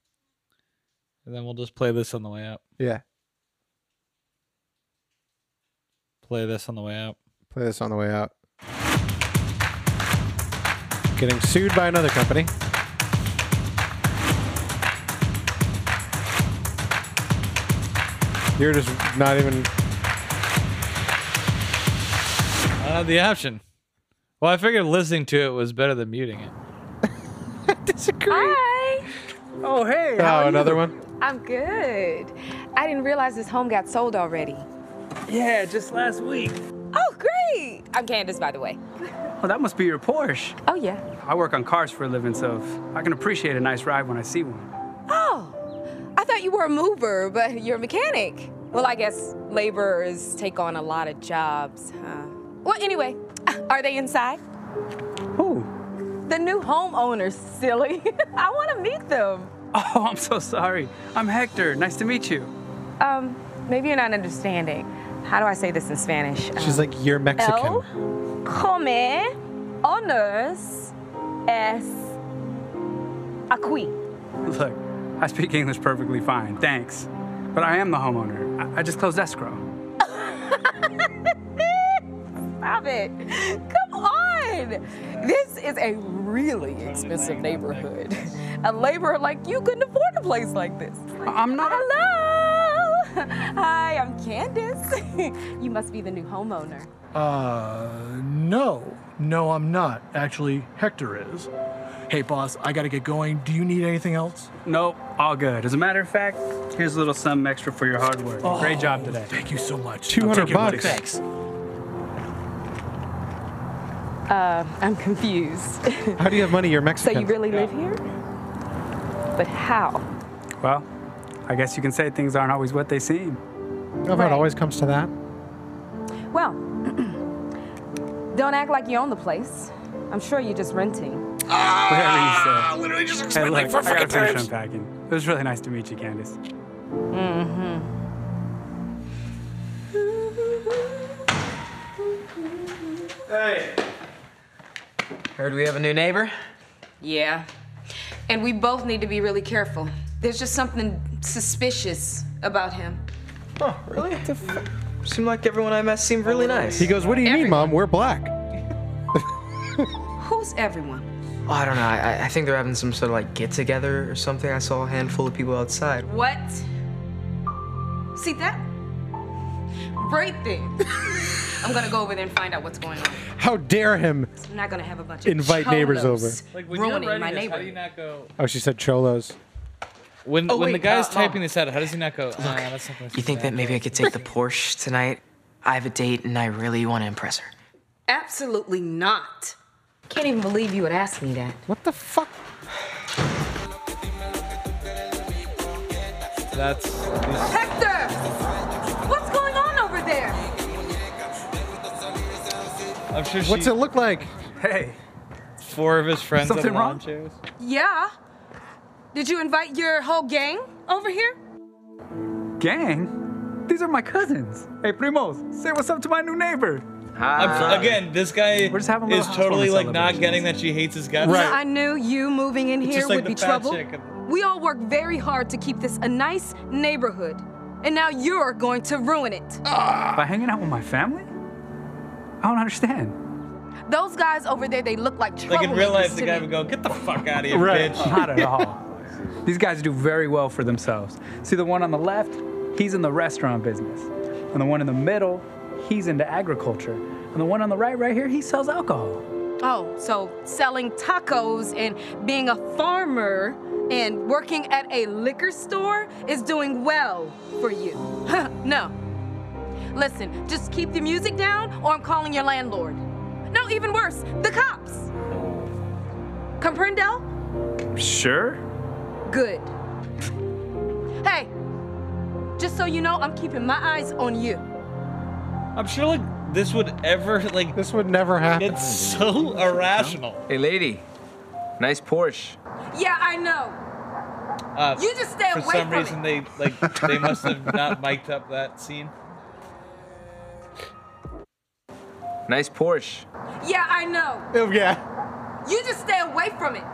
And then we'll just play this on the way out.
Yeah.
Play this on the way out.
Play this on the way out. Getting sued by another company. You're just not even.
I don't have the option. Well, I figured listening to it was better than muting it.
Disagree.
Hi. Oh, hey.
Oh, another one.
I'm good. I didn't realize this home got sold already.
Yeah, just last week.
Oh, great. I'm Candace, by the way.
Oh, that must be your Porsche.
Oh, yeah.
I work on cars for a living, so I can appreciate a nice ride when I see one. (laughs)
Oh, I thought you were a mover, but you're a mechanic. Well, I guess laborers take on a lot of jobs, huh? Well, anyway, are they inside?
Who?
The new homeowners, silly. (laughs) I want to meet them.
Oh, I'm so sorry. I'm Hector. Nice to meet you.
Um, maybe you're not understanding. How do I say this in Spanish? Um,
She's like, you're Mexican.
El come honors es aquí.
Look, I speak English perfectly fine, thanks. But I am the homeowner. I, I just closed escrow.
Stop it. (laughs) Come on. This is a really expensive neighborhood. A laborer like you couldn't afford a place like this.
I'm not.
Hello. (laughs) Hi, I'm Candace. (laughs) you must be the new homeowner.
Uh, no. No, I'm not. Actually, Hector is.
hey, boss, I gotta get going. Do you need anything else?
Nope, all good. As a matter of fact, here's a little sum extra for your hard work.
Oh,
Great job today.
Thank you so much.
I'll
200
take your money.
bucks.
Thanks.
Uh, I'm
(laughs)
confused.
How do you have money? You're Mexican.
So you really live here? But how?
Well, I guess you can say things aren't always what they seem.
Oh, It always comes to that.
Well, (clears throat) don't act like you own the place. I'm sure you're just renting.
Ah,
literally just
Hey,
explained
look,
like four
I gotta
fucking
finish
times.
unpacking. It was really nice to meet you, Candace.
Mm-hmm.
Hey. Heard we have a new neighbor?
Yeah. And we both need to be really careful. There's just something suspicious about him.
Huh, really? Seemed like everyone I met seemed really nice.
He goes, "What do you mean, mom? We're black."
Who's everyone?
Oh, I don't know. I, I- I think they're having some sort of like get together or something. I saw a handful of people outside.
What? See that? Right there.
(laughs)
I'm gonna go over there and find out what's going on.
How dare him?
I'm not gonna have a bunch of
Invite neighbors over.
cholos ruining my neighbor.
Oh, she said cholos.
When,
when the guy's typing this out, how does he not go? "Ah, that's not gonna
You think that maybe I could take the Porsche tonight? I have a date and I really want to impress her.
Absolutely not. Can't even believe you would ask me that.
What the fuck?
That's
Hector! What's going on over there?
I'm sure
What's
she-
it look like?
Hey.
Four of his friends at
Something
the
wrong?
lawn chairs.
Yeah. Did you invite your whole gang over here?
Gang? These are my cousins. Hey, primos, say what's up to my new neighbor.
I'm so- again, this guy
We're just having a
is
little
totally
housewarming
like not getting that she hates his guts.
I knew you moving in
It's
here
just like
would
the
be
fat
trouble.
chick.
We all work very hard to keep this a nice neighborhood, and now you're going to ruin it.
Ah.
By hanging out with my family? I don't understand.
Those guys over there, they look like troublemakers
Like in real life, the
to
guy
me.
would go, "Get the fuck out of here, bitch!"
(laughs) Not at all. These guys do very well for themselves. See, the one on the left, he's in the restaurant business. And the one in the middle, he's into agriculture. And the one on the right, right here, he sells alcohol.
Oh, so selling tacos and being a farmer and working at a liquor store is doing well for you. (laughs) no. Listen, just keep the music down or I'm calling your landlord. No, even worse, the cops. Comprendo?
Sure?
Good. hey, just so you know, I'm keeping my eyes on you.
I'm sure like this would ever like
this would never happen.
It's so irrational.
Hey, lady. Nice Porsche.
Yeah, I know.
Uh,
You just stay
for
away
some
from
reason they like they must have not mic'd up that scene.
Nice Porsche.
Yeah, I know.
Oh, yeah.
You just stay away from it.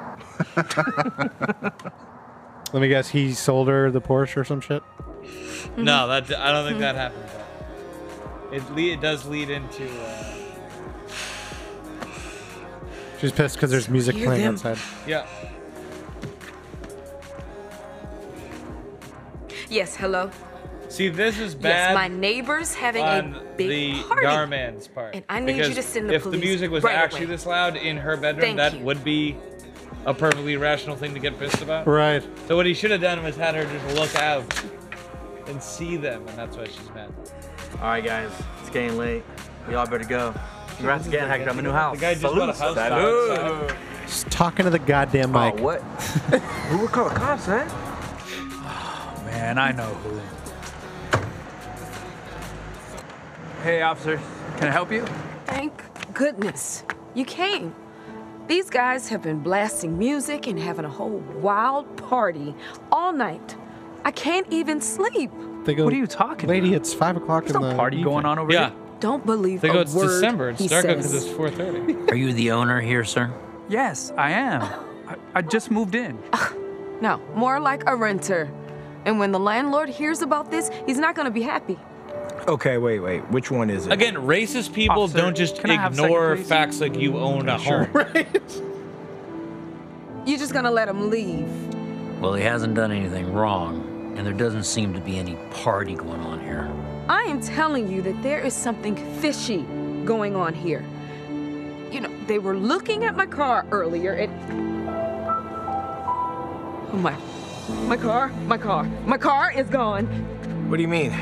Let me guess. He sold her the Porsche or some shit.
Mm-hmm.
No, that I don't think that happened. It le- it does lead into. Uh,
She's pissed because there's music
Hear
playing
them.
outside.
yeah.
Yes, hello.
See, this is bad.
Yes, my neighbor's having
on
a big
the
party.
Garman's part.
And I need you
because
to send the
if
police
the music was
right
actually
away.
this loud in her bedroom,
Thank
that
you.
would be a perfectly rational thing to get pissed about.
Right.
So what he should have done was had her just look out and see them, and that's why she's mad.
All right, guys. It's getting late. We all better go. Congrats again, Hector. I'm a new house.
The guy just bought a house down
Salute.
Just talking to the goddamn mic.
Oh, what? Who would call the cops, man?
(laughs) Man, I know who. Hey, officer, can I help you?
Thank goodness you came. These guys have been blasting music and having a whole wild party all night. I can't even sleep.
They go, what are you talking? Lady, it's five o'clock in the
party going on over
yeah.
Don't believe
They
a
go, it's
word
December. It's
he
dark out
says.
because it's 4:30.
Are you the owner here, sir?
Yes, I am. I, I just moved in.
No, more like a renter. And when the landlord hears about this, he's not gonna be happy.
Okay, wait, wait. Which one is
Again, racist people
Officer,
don't just
can I have a second,
ignore
please?
facts like you own a home.
(laughs)
You're just gonna let him leave.
Well, he hasn't done anything wrong, and there doesn't seem to be any party going on here.
I am telling you that there is something fishy going on here. You know, they were looking at my car earlier and Oh my. My car, my car, my car is gone.
What do you mean?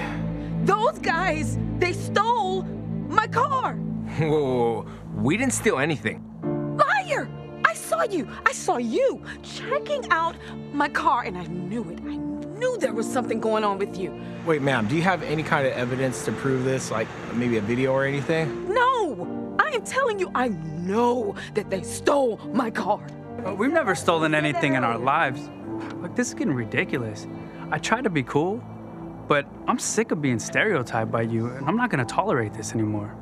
(laughs)
Those guys, they stole my car.
Whoa, whoa, whoa. we didn't steal anything.
Liar! I saw you. I saw you checking out my car and I knew it. I knew there was something going on with you.
Wait, ma'am, do you have any kind of evidence to prove this? Like maybe a video or anything?
No! I am telling you, I know that they stole my car.
But Uh, We've never stolen anything in our lives. Look, this is getting ridiculous. I try to be cool, but I'm sick of being stereotyped by you, and I'm not gonna tolerate this anymore.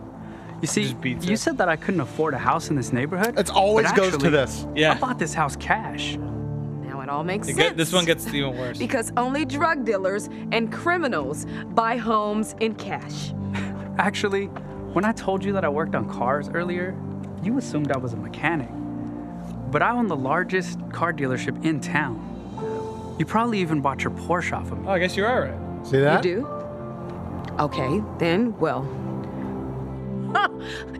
You see, you said that I couldn't afford a house in this neighborhood. It
always goes to this.
Yeah. I bought this house cash.
Now it all makes
It
sense.
get-
this one
gets even worse.
Because only drug dealers and criminals buy homes in cash.
(laughs) Actually, when I told you that I worked on cars earlier, you assumed I was a mechanic. But I own the largest car dealership in town. You probably even bought your Porsche off of me.
Oh, I guess you are right.
See
You do? Okay, then, well.
(laughs)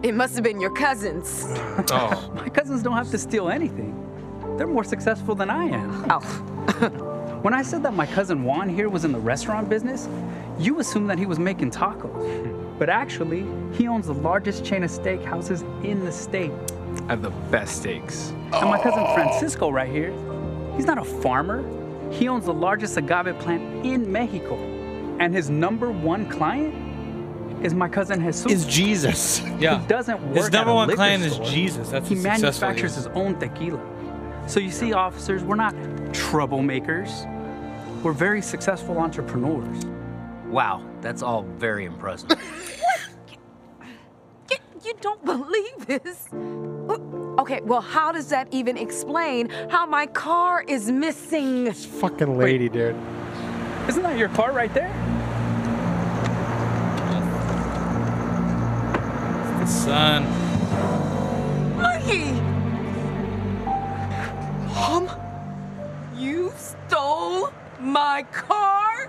it must have been your cousins.
Oh. My cousins don't have to steal anything. They're more successful than I am.
Oh.
when I said that my cousin Juan here was in the restaurant business, you assumed that he was making tacos. But actually, he owns the largest chain of steakhouses in the state.
I have the best steaks.
And my cousin Francisco right here, he's not a farmer. He owns the largest agave plant in Mexico. And his number one client is my cousin Jesus. Is
Jesus.
Yeah. He doesn't work
His
at
number
a
one
liquor
client is
store.
Jesus. That's
he
how successful he
manufactures
is.
his own tequila. So you see, officers, we're not troublemakers. We're very successful entrepreneurs.
Wow, that's all very impressive.
You, you don't believe this. Okay, well, how does that even explain how my car is missing?
Fucking lady, dude.
Isn't that your car right there?
Son.
Mikey! Mom? You stole my car?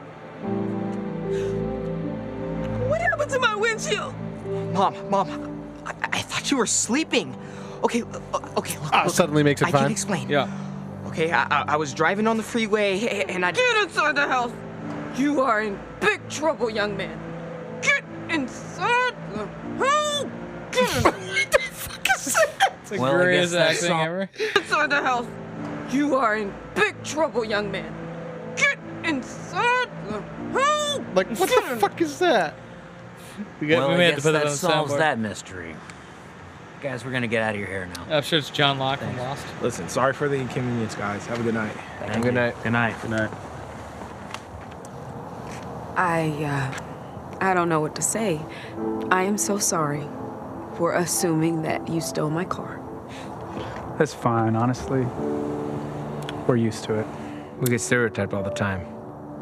What happened to my windshield?
Mom, mom, I, I thought you were sleeping. Okay, l- uh, okay. Look,
Ah,
look,
suddenly makes it
I
fine.
can explain.
Yeah.
Okay, I, I, I was driving on the freeway (laughs) a- and I.
Get inside the house. You are in big trouble, young man. Get inside the house. Get
(laughs)
in- what the fuck is that? It's
the Well, I greatest guess that's acting all- ever.
Inside the house. You are in big trouble, young man. Get inside the house.
Like, what the fuck is that?
We got-
well,
we
I
may have to
guess
put that
that
on the
solves
soundboard.
that mystery. Guys, we're gonna get out of your hair now.
I'm sure it's John Locke from Lost.
Listen, sorry for the inconvenience, guys. Have a good night.
Thank
good
you.
night.
Good night.
Good night.
I, uh, I don't know what to say. I am so sorry for assuming that you stole my car.
That's fine, honestly. We're used to it.
We get stereotyped all the time.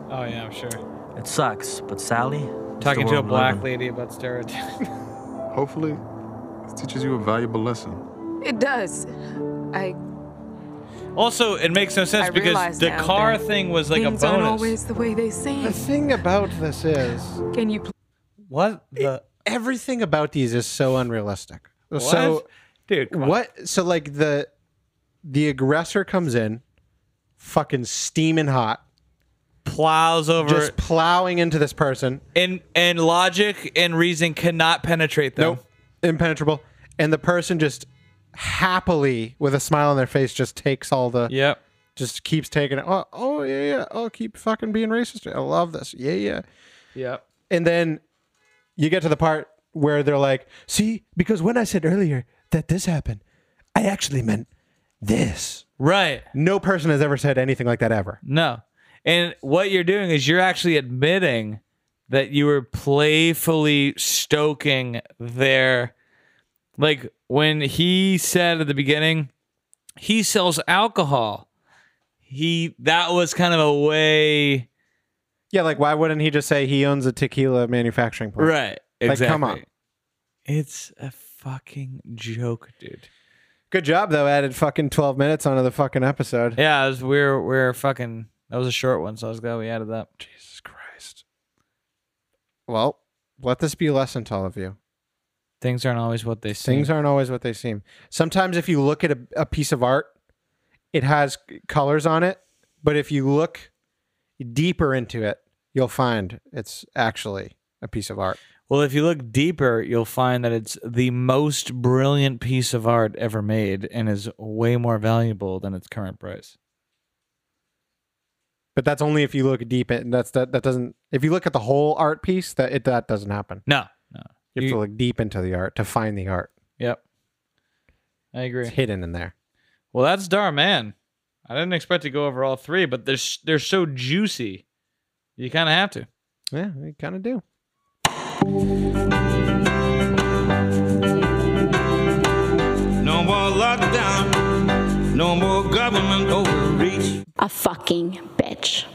Oh yeah, I'm sure.
It sucks, but Sally. it's the
Talking
world we
to a
live
black
in.
lady about stereotypes.
Hopefully, this teaches you a valuable lesson.
It does. I
also, it makes no sense
I
because
realize
the
now
car
that
thing was like a
things aren't
bonus.
always the way they seem.
The thing about this is,
Can you? Pl-
what the?
everything about these is so unrealistic. So,
What? dude, come on.
what? So, like the the aggressor comes in, fucking steaming hot,
plows over
just plowing into this person.
and and logic and reason cannot penetrate them.
Nope, impenetrable. And the person just happily, with a smile on their face, just takes all the.
Yep.
Just keeps taking it. Oh, oh yeah, yeah. Oh, keep fucking being racist. I love this. Yeah, yeah.
Yep.
And then you get to the part where they're like, see, because when I said earlier that this happened, I actually meant this.
Right.
No person has ever said anything like that ever.
No. And what you're doing is you're actually admitting that you were playfully stoking their like when he said at the beginning he sells alcohol. He that was kind of a way
Yeah, like why wouldn't he just say he owns a tequila manufacturing plant?
Right.
Like,
Exactly.
come on.
It's a fucking joke, dude.
Good job though. Added fucking twelve minutes onto the fucking episode.
Yeah, it was, we're we're fucking that was a short one, so I was glad we added that.
Jesus Christ. Well, Oh, let this be a lesson to all of you.
Things aren't always what they seem.
Things aren't always what they seem. Sometimes if you look at a, a piece of art, it has colors on it But if you look deeper into it, you'll find it's actually a piece of art.
Well, if you look deeper, you'll find that it's the most brilliant piece of art ever made and is way more valuable than its current price.
But that's only if you look deep in that's that that doesn't if you look at the whole art piece, that it that doesn't happen.
No, no.
You have to look deep into the art to find the art.
Yep. I agree.
It's hidden in there.
Well, that's Darman. I didn't expect to go over all three, but they're s- they're so juicy. You kind of have to.
Yeah, you kind of do.
No more lockdown. No more government overreach.
A fucking bitch.